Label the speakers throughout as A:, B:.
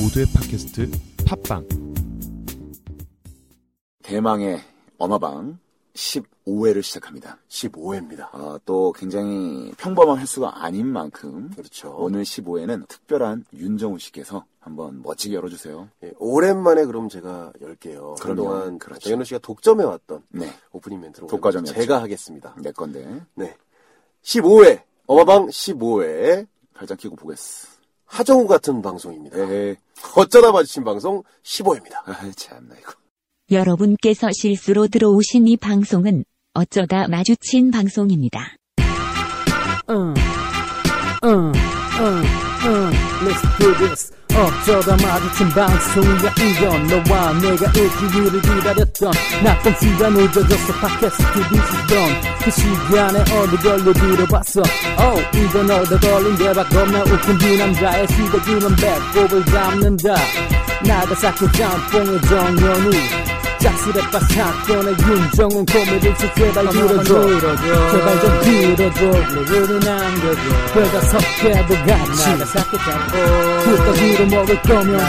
A: 모두의 팟캐스트 팟빵
B: 대망의 어마방 15회를 시작합니다.
C: 15회입니다.
B: 아, 또 굉장히 평범한 횟수가 아닌 만큼
C: 그렇죠.
B: 오늘 15회는 특별한 윤정우 씨께서 한번 멋지게 열어주세요.
C: 예, 오랜만에 그럼 제가 열게요.
B: 그럼요.
C: 그동안
B: 그렇죠.
C: 정현우 씨가 독점해 왔던
B: 네,
C: 오프닝 멘트로
B: 독과점이었죠.
C: 제가 하겠습니다.
B: 내 건데
C: 네. 15회 어마방 15회
B: 팔짱 끼고 보겠어.
C: 하정우 같은 방송입니다.
B: 에헤,
C: 어쩌다 봐주신 방송 15회입니다.
B: 아 참나 이거.
D: 여러분께서 실수로 들어오신 이 방송은 어쩌다 마주친 방송입니다.
E: Uh, uh, uh, uh, let's do this. 어쩌다 마주친 방송이야 이건 너와 내가 일주일을 기다렸던 나쁜 시간 늦어져서 팟캐스트 뒤지던 그 시간에 어느 걸로 빌어봤어 oh, 이건 얻어 걸린 대박 겁나 웃긴 두 남자의 시대기는 배꼽을 잡는다 나가사키 짬뽕의 정연우 짝스레빠 사건의 윤정은 코미디스 제발 들어줘 제발 좀 들어줘 블로그를 남겨줘 별다 섞여도 뭐 같이 꿀떡으로 먹을 거면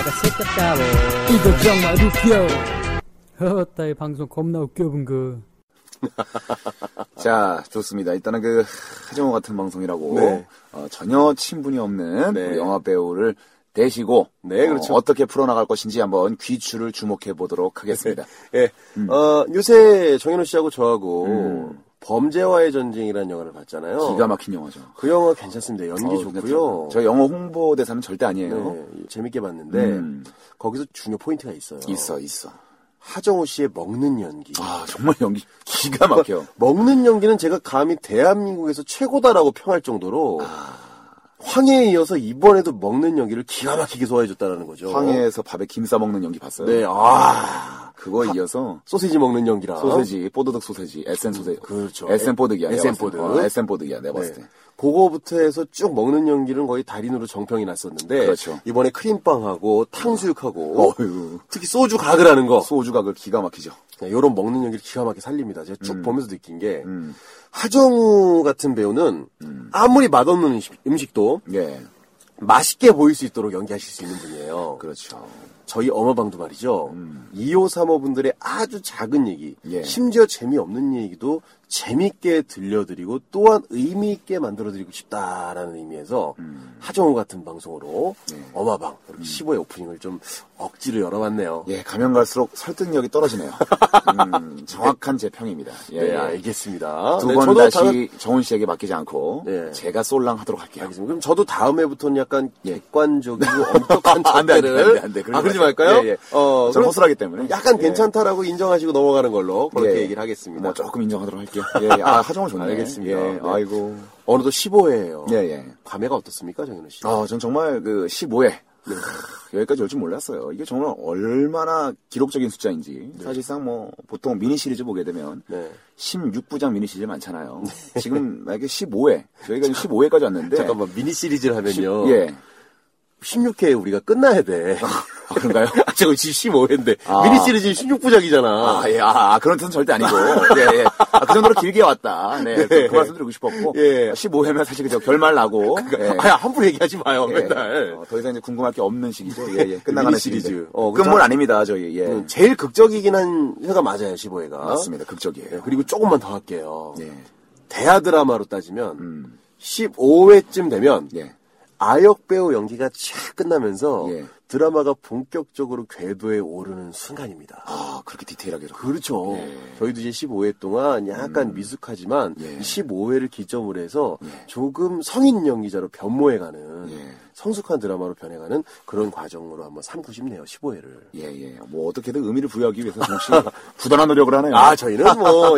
E: 이거 정말 웃겨 허허 따위 방송 겁나 웃겨 그. 본거
B: 자, 좋습니다. 일단은 그 하정우 같은 방송이라고
C: 네.
B: 어, 전혀 친분이 없는
C: 네.
B: 영화 배우를 대시고
C: 네, 그렇죠.
B: 어, 떻게 풀어나갈 것인지 한번 귀추를 주목해 보도록 하겠습니다.
C: 예.
B: 음.
C: 어, 요새 정현우 씨하고 저하고 범죄와의 전쟁이라는 영화를 봤잖아요.
B: 기가 막힌 영화죠.
C: 그 영화 괜찮습니다. 연기
B: 어,
C: 좋고요.
B: 저 영어 홍보 대사는 절대 아니에요.
C: 네, 재밌게 봤는데
B: 어? 음.
C: 거기서 중요 포인트가 있어요.
B: 있어, 있어.
C: 하정우 씨의 먹는 연기. 그러니까
B: 아, 정말 연기 기가 막혀.
C: 먹는 연기는 제가 감히 대한민국에서 최고다라고 평할 정도로
B: 아.
C: 황해에 이어서 이번에도 먹는 연기를 기가 막히게 소화해줬다라는 거죠.
B: 황해에서 밥에 김 싸먹는 연기 봤어요?
C: 네, 아
B: 그거 이어서
C: 소시지 먹는 연기랑
B: 소세지, 뽀드득 소세지, 에센 소세지.
C: 아? 그렇죠.
B: 에센 뽀드기야. 내가
C: 에센
B: 봤을 때.
C: 뽀드.
B: 어, 에센 뽀드기야, 내가
C: 네.
B: 봤을 때.
C: 그거부터 해서 쭉 먹는 연기는 거의 달인으로 정평이 났었는데
B: 그렇죠.
C: 이번에 크림빵하고 탕수육하고
B: 어휴.
C: 특히 소주 가글하는 거
B: 소주각을 기가 막히죠.
C: 네, 요런 먹는 연기를 기가 막히게 살립니다. 제가
B: 음.
C: 쭉 보면서 느낀 게, 하정우 같은 배우는
B: 음.
C: 아무리 맛없는 음식, 도
B: 예.
C: 맛있게 보일 수 있도록 연기하실 수 있는 분이에요.
B: 그렇죠. 음.
C: 저희 어마방도 말이죠. 2호, 3호분들의 아주 작은 얘기,
B: 예.
C: 심지어 재미없는 얘기도 재밌게 들려드리고 또한 의미있게 만들어드리고 싶다라는 의미에서
B: 음.
C: 하정우 같은 방송으로
B: 예.
C: 어마방, 이렇게 15의 오프닝을 좀 억지로 열어봤네요.
B: 예, 가면 갈수록 설득력이 떨어지네요. 음, 정확한 제 평입니다. 예,
C: 네,
B: 예.
C: 알겠습니다. 네,
B: 두 번
C: 저도
B: 다시
C: 다음-
B: 정훈 씨에게 맡기지 않고
C: 예.
B: 제가 쏠랑 하도록 할게요.
C: 알겠습니다. 그럼 저도 다음 해부터는 약간
B: 예. 아,
C: 객관적이고 엄격한
B: 안 돼, 안 돼,
C: 잣대를-
B: 안 돼, 안 돼. 그러지
C: 아, 그러지
B: 마세요.
C: 말까요?
B: 예, 예.
C: 어,
B: 저
C: 그럼
B: 허술하기 때문에.
C: 약간
B: 예.
C: 괜찮다라고 인정하시고 넘어가는 걸로 그렇게
B: 예.
C: 얘기를 하겠습니다.
B: 뭐 조금 인정하도록 할게요. 예, 아, 하정우 좋네.
C: 알겠습니다.
B: 예,
C: 네.
B: 아이고.
C: 어느덧 15회예요.
B: 예, 예.
C: 감회가 어떻습니까, 정현우 씨?
B: 아, 전 정말 그 15회. 크, 여기까지 올 줄 몰랐어요. 이게 정말 얼마나 기록적인 숫자인지. 사실상 뭐 보통 미니 시리즈 보게 되면
C: 네.
B: 16부작 미니 시리즈 많잖아요. 지금 만약에 15회, 저희가 지금 15회까지 왔는데
C: 잠깐만 미니 시리즈를 하면요.
B: 예.
C: 16회에 우리가 끝나야 돼.
B: 아, 그런가요?
C: 아, 지금 15회인데
B: 아.
C: 미니 시리즈는 16부작이잖아.
B: 아, 예, 아, 아, 그런 뜻은 절대 아니고. 예, 예. 아, 그 정도로 길게 왔다. 네. 그, 그 말씀 드리고 싶었고.
C: 예.
B: 15회면 사실 그저 결말 나고. 예.
C: 야, 함부로 얘기하지 마요,
B: 예.
C: 맨날.
B: 어, 더 이상 이제 궁금할 게 없는 시기죠. 예, 예. 끝나가는
C: 미니 시리즈.
B: 시기인데.
C: 어, 그래서
B: 끝물
C: 한-
B: 아닙니다, 저희. 예.
C: 음, 제일 극적이긴 한 회가 맞아요, 15회가. 예,
B: 맞습니다. 극적이에요.
C: 그리고 조금만 더 할게요.
B: 예.
C: 대하 드라마로 따지면 15회쯤 되면
B: 음. 예.
C: 아역 배우 연기가 쫙 끝나면서
B: 예.
C: 드라마가 본격적으로 궤도에 오르는 순간입니다.
B: 아, 그렇게 디테일하게. 그렇군요.
C: 그렇죠. 저희도 이제 15회 동안 약간 미숙하지만
B: 음. 예.
C: 15회를 기점으로 해서 조금 성인 연기자로 변모해가는
B: 예.
C: 성숙한 드라마로 변해가는 그런 과정으로 한번 삼고 싶네요. 15회를.
B: 예, 예. 뭐, 어떻게든 의미를 부여하기 위해서 정씨 부단한 노력을 하네요.
C: 아, 저희는 뭐,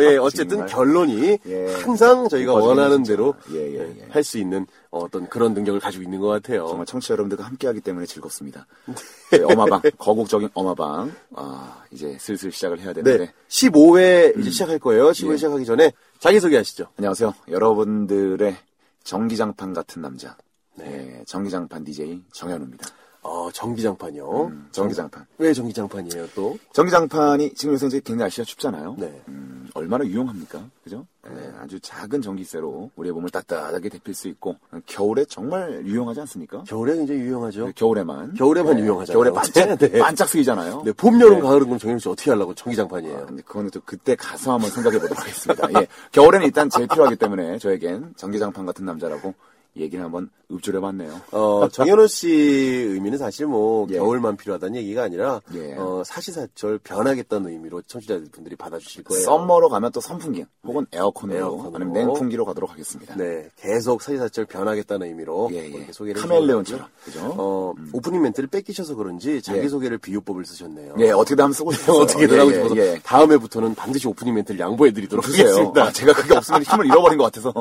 C: 예, 어쨌든
B: 정말.
C: 결론이
B: 예.
C: 항상 저희가
B: 이뻐지네요,
C: 원하는
B: 진짜.
C: 대로
B: 예, 예, 예.
C: 할 수 있는 어떤 그런 능력을 가지고 있는 것 같아요.
B: 정말 청취자 여러분들과 함께하기 때문에 즐겁습니다.
C: 네.
B: 저희 어마방, 거국적인 어마방. 아, 이제 슬슬 시작을 해야
C: 네.
B: 되는데.
C: 15회 이제 시작할 거예요. 15회
B: 음. 예.
C: 시작하기 전에 자기소개 하시죠.
B: 안녕하세요. 여러분들의 전기장판 같은 남자. 네, 전기장판 DJ 예, 정현우입니다.
C: 어, 전기장판이요.
B: 음, 전기장판.
C: 왜 전기장판이에요, 또?
B: 전기장판이 지금 요새 이제 굉장히 날씨가 춥잖아요.
C: 네.
B: 음, 얼마나 유용합니까? 그죠? 네, 아주 작은 전기세로 우리의 몸을 따뜻하게 데필 수 있고 겨울에 정말 유용하지 않습니까?
C: 겨울에 굉장히 유용하죠.
B: 네, 겨울에만. 네.
C: 겨울에만 유용하잖아요.
B: 겨울에 반짝,
C: 네.
B: 반짝 쓰이잖아요.
C: 네, 봄, 여름,
B: 네.
C: 가을은 그럼 정영 씨 어떻게 하려고 전기장판이에요?
B: 근데 그거는 또 그때 가서 한번 생각해 보도록 하겠습니다. 예. 겨울에는 일단 제일 필요하기 때문에 저에겐 전기장판 같은 남자라고 얘기를 한번 읊조려 봤네요.
C: 어, 정현호 씨 의미는 사실 뭐
B: 예.
C: 겨울만 필요하다는 얘기가 아니라
B: 예.
C: 어, 사시사철 변하겠다는 의미로 청취자분들이 받아주실 거예요.
B: 썸머로 가면 또 선풍기 혹은 에어컨으로,
C: 에어컨으로.
B: 아니면 냉풍기로 가도록 하겠습니다.
C: 네, 계속 사시사철 변하겠다는 의미로
B: 예, 예.
C: 이렇게 소개를
B: 카멜레온처럼,
C: 해주셨고요.
B: 그죠? 음.
C: 어, 오프닝 멘트를 뺏기셔서 그런지 자기
B: 예.
C: 소개를 비유법을 쓰셨네요.
B: 예, 어떻게든 한번 쓰고 싶어요.
C: 어떻게든 하고 싶어서
B: 예, 예.
C: 다음에부터는 반드시 오프닝 멘트를 양보해드리도록
B: 보세요.
C: 하겠습니다.
B: 아, 제가 그게 없으면 힘을 잃어버린 것 같아서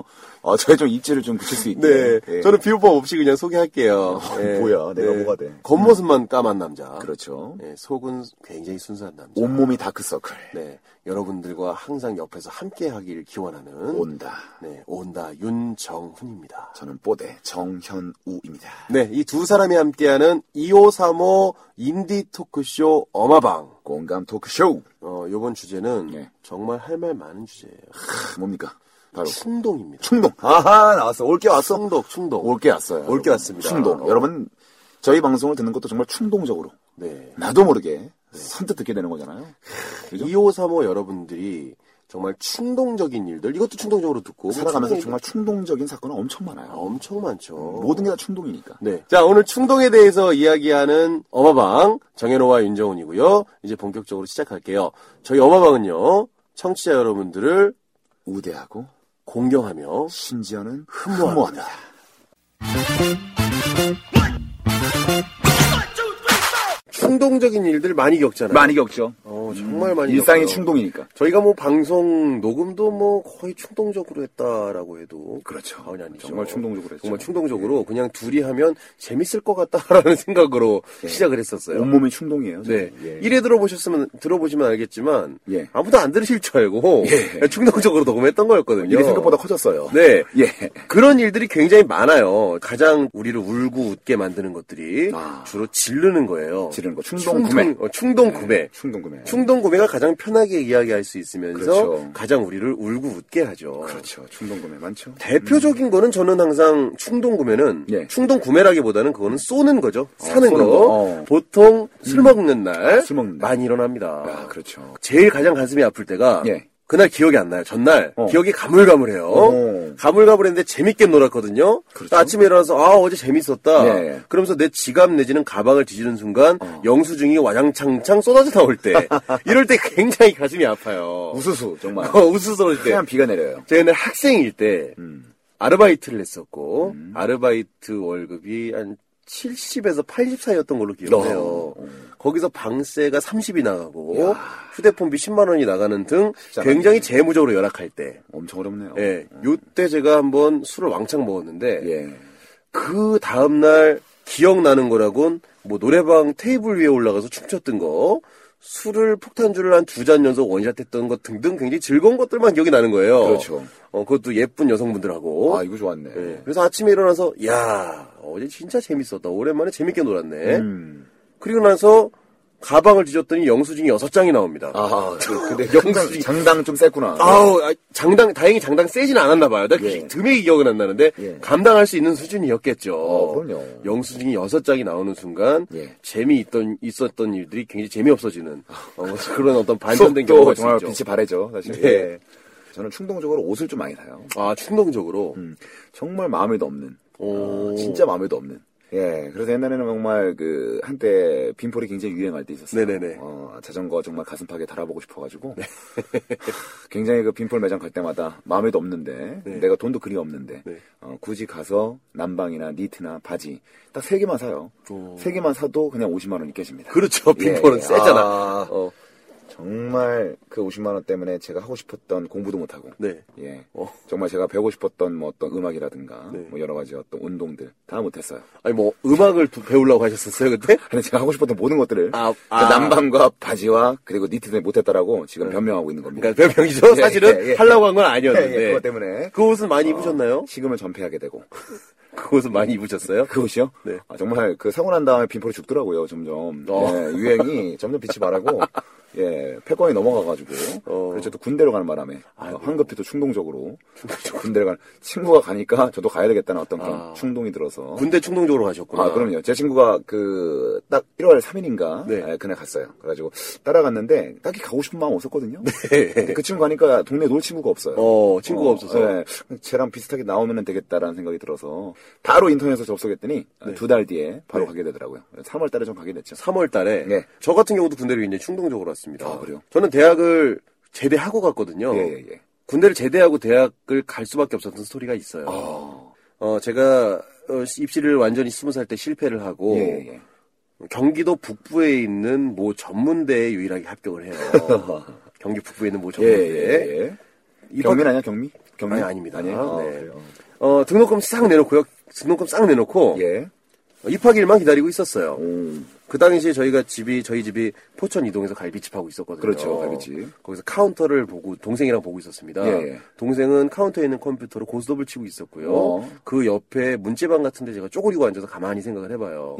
B: 어, 저의 좀 입지를 좀 붙일 수 있게.
C: 네,
B: 예.
C: 저는 비유법 없이 그냥 소개할게요. 예. 네.
B: 아, 뭐야, 내가 뭐가 돼.
C: 겉모습만 까만 남자.
B: 그렇죠.
C: 예, 속은 굉장히 순수한 남자.
B: 온몸이 다크서클.
C: 네, 여러분들과 항상 옆에서 함께하길 기원하는
B: 온다.
C: 네, 온다 윤정훈입니다.
B: 저는 뽀대 정현우입니다.
C: 네, 이 두 사람이 함께하는 2535 인디 토크쇼 어마방.
B: 공감 토크쇼.
C: 어, 요번 주제는
B: 예.
C: 정말 할 말 많은 주제예요.
B: 크, 뭡니까? 바로
C: 충동입니다.
B: 충동. 아하, 나왔어. 올게 왔어.
C: 충동, 충동.
B: 올게 왔어요.
C: 올게
B: 여러분.
C: 왔습니다.
B: 충동.
C: 어.
B: 여러분, 저희 방송을 듣는 것도 정말 충동적으로.
C: 네.
B: 나도 모르게 선뜻 듣게 되는 거잖아요. 그죠?
C: 2535 여러분들이 정말 충동적인 일들, 이것도 충동적으로 듣고.
B: 살아가면서
C: 충동의
B: 정말 충동적인 어. 사건은 엄청
C: 일들
B: 많아요.
C: 엄청 많죠.
B: 모든 게 다 충동이니까.
C: 네. 자, 오늘 충동에 대해서 이야기하는 어마방 정현호와 윤정훈이고요. 이제 본격적으로 시작할게요. 저희 어마방은요. 청취자 여러분들을
B: 우대하고
C: 공경하며
B: 심지어는
C: 흠모합니다.
B: 흠모합니다.
C: 충동적인 일들 많이 겪잖아요.
B: 많이 겪죠.
C: 어, 정말 많이
B: 네. 일상이
C: 겪어요.
B: 충동이니까.
C: 저희가 뭐 방송 녹음도 뭐 거의 충동적으로 했다라고 해도
B: 그렇죠.
C: 과언이 아니죠.
B: 정말 충동적으로 했죠.
C: 정말 충동적으로 그냥 둘이 하면 재밌을 것 같다라는 생각으로 시작을 했었어요.
B: 온몸이 충동이에요.
C: 네.
B: 저는. 음. 예.
C: 이래 들어보셨으면, 들어보시면 알겠지만,
B: 예.
C: 아무도 안 들으실 줄 알고,
B: 예.
C: 충동적으로 녹음했던 거였거든요.
B: 일이 생각보다 커졌어요.
C: 네.
B: 예.
C: 그런 일들이 굉장히 많아요. 가장 우리를 울고 웃게 만드는 것들이
B: 아.
C: 주로 지르는 거예요.
B: 지르는 거, 충동 구매. 네.
C: 어, 충동 구매.
B: 충동 구매.
C: 충동 구매가 가장 편하게 이야기할 수 있으면서
B: 그렇죠.
C: 가장 우리를 울고 웃게 하죠.
B: 그렇죠. 충동 구매 많죠.
C: 대표적인 거는 저는 항상 충동 구매는
B: 예.
C: 충동 구매라기보다는 그거는 쏘는 거죠. 사는
B: 쏘는
C: 거.
B: 거. 어.
C: 보통 술 먹는 날
B: 술 먹는 날.
C: 많이 일어납니다.
B: 아, 그렇죠.
C: 제일 가장 가슴이 아플 때가
B: 예.
C: 그날 기억이 안 나요. 전날
B: 어.
C: 기억이 가물가물해요.
B: 어.
C: 가물가물했는데 재밌게 놀았거든요.
B: 그렇죠.
C: 또 아침에 일어나서 아 어제 재밌었다.
B: 예, 어. 예.
C: 그러면서 내 지갑 내지는 가방을 뒤지는 순간 영수증이 와장창창 쏟아져 나올 때 이럴 때 굉장히 가슴이 아파요.
B: 우수수 정말. 예.
C: 어, 우스스러울 때.
B: 그냥 비가 내려요.
C: 제가 옛날 학생일 때
B: 음.
C: 아르바이트를 했었고 아르바이트 월급이 한 70에서 80 사이였던 걸로 기억해요.
B: 어.
C: 거기서 방세가 30이 나가고 휴대폰비 10만 원이 나가는 등 굉장히 재무적으로 열악할 때
B: 엄청 어렵네요.
C: 예. 요때 제가 한번 술을 왕창 먹었는데
B: 예.
C: 그 다음날 기억나는 거라곤 뭐 노래방 테이블 위에 올라가서 춤췄던 거 술을 폭탄주를 한 두 잔 연속 원샷 했던 것 등등 굉장히 즐거운 것들만 기억이 나는 거예요.
B: 그렇죠.
C: 어, 그것도 예쁜 여성분들하고.
B: 아, 이거 좋았네.
C: 예, 그래서 아침에 일어나서 야 어제 진짜 재밌었다. 오랜만에 재밌게 놀았네.
B: 음.
C: 그리고 나서 가방을 뒤졌더니 영수증이 여섯 장이 나옵니다.
B: 아, 그- 근데
C: 영수증.
B: 장당, 장당 좀 셌구나.
C: 아우 아, 장당 다행히 장당 세진 않았나 봐요. 나
B: 예.
C: 드메이 기억은 안 나는데
B: 예.
C: 감당할 수 있는 수준이었겠죠.
B: 어, 그럼요.
C: 영수증이 여섯 장이 나오는 순간
B: 예.
C: 재미있던 있었던 일들이 굉장히 재미없어지는 어, 그런 어떤 반전된
B: 수업도
C: 경우가
B: 아,
C: 있
B: 정말
C: 죠
B: 빛이 바래죠, 사실.
C: 네.
B: 예. 저는 충동적으로 옷을 좀 많이 사요.
C: 아 충동적으로
B: 음, 정말 마음에도 없는.
C: 오.
B: 어, 진짜 마음에도 없는. 예, 그래서 옛날에는 정말 그 한때 빈폴이 굉장히 유행할 때 있었어요.
C: 네네네. 네.
B: 어, 자전거 정말 가슴팍에 달아보고 싶어가지고 굉장히 그 빈폴 매장 갈 때마다 마음에도 없는데 내가 돈도 그리 없는데
C: 네.
B: 어, 굳이 가서 남방이나 니트나 바지 딱 세 개만 사요.
C: 오.
B: 세 개만 사도 그냥 50만 원이 깨집니다.
C: 그렇죠.
B: 예,
C: 빈폰은
B: 예.
C: 세잖아.
B: 아,
C: 어,
B: 정말 그 50만 원 때문에 제가 하고 싶었던 공부도 못 하고
C: 네.
B: 예.
C: 어.
B: 정말 제가 배우고 싶었던 뭐 어떤 음악이라든가
C: 네.
B: 뭐 여러 가지 어떤 운동들 다 못했어요.
C: 아니 뭐 음악을 두- 배우려고 하셨었어요 그때?
B: 근데 제가 하고 싶었던 모든 것들을
C: 아,
B: 그
C: 아.
B: 남방과 바지와 그리고 니트 때문에 못했다라고 지금 변명하고 있는 겁니다.
C: 그러니까 별명이죠.
B: 예,
C: 사실은
B: 예, 예.
C: 하려고 한 건 아니었는데.
B: 예, 예, 그것 때문에
C: 그 옷은 많이 입으셨나요?
B: 식음을 전폐하게 되고
C: 그곳은 많이 입으셨어요?
B: 그것이요?
C: 네.
B: 아, 정말 그 사고 난 다음에 빈폴이 죽더라고요, 점점.
C: 어.
B: 예, 유행이 점점 빛이 바라고, 예, 패권이 넘어가가지고.
C: 어. 아, 네.
B: 그래서 저도 군대로 가는 바람에, 어, 황급히도 충동적으로, 군대를 가는, 친구가 가니까 저도 가야 되겠다는 어떤 그런
C: 아.
B: 충동이 들어서.
C: 군대 충동적으로 가셨구나.
B: 아, 그럼요. 제 친구가 그 딱 1월 3일인가 예,
C: 네.
B: 그날 갔어요. 그래가지고 따라갔는데 딱히 가고 싶은 마음 없었거든요.
C: 네.
B: 근데 그 친구 가니까 동네 에놀 친구가 없어요.
C: 어, 친구가 없어서.
B: 네. 쟤랑 비슷하게 나오면 되겠다라는 생각이 들어서 바로 인터넷에서 접속했더니
C: 네.
B: 두 달 뒤에 바로 가게 되더라고요. 3월달에 좀 가게 됐죠.
C: 3월 달에
B: 네.
C: 저 같은 경우도 군대를 굉장히 충동적으로 왔습니다.
B: 아, 그래요?
C: 저는 대학을 제대하고 갔거든요.
B: 예, 예, 예.
C: 군대를 제대하고 대학을 갈 수밖에 없었던 스토리가 있어요.
B: 아.
C: 어, 제가 어, 입시를 완전히 스무 살 때 실패를 하고
B: 예, 예.
C: 경기도 북부에 있는 모 전문대에 유일하게 합격을 해요. 경기 북부에 있는 모
B: 예,
C: 전문대.
B: 예, 예. 경민 아니야, 경미? 경미?
C: 어. 아니, 아닙니다.
B: 아니에요? 아,
C: 네.
B: 그래요?
C: 어, 등록금 싹 내놓고요. 등록금 싹 내놓고
B: 예.
C: 입학일만 기다리고 있었어요.
B: 오.
C: 그 당시에 저희가 집이 저희 집이 포천 이동에서 갈비집 하고 있었거든요.
B: 그렇죠, 갈비집.
C: 거기서 카운터를 보고 동생이랑 보고 있었습니다.
B: 예, 예.
C: 동생은 카운터에 있는 컴퓨터로 고스톱을 치고 있었고요.
B: 어.
C: 그 옆에 문제방 같은데 제가 쪼그리고 앉아서 가만히 생각을 해봐요.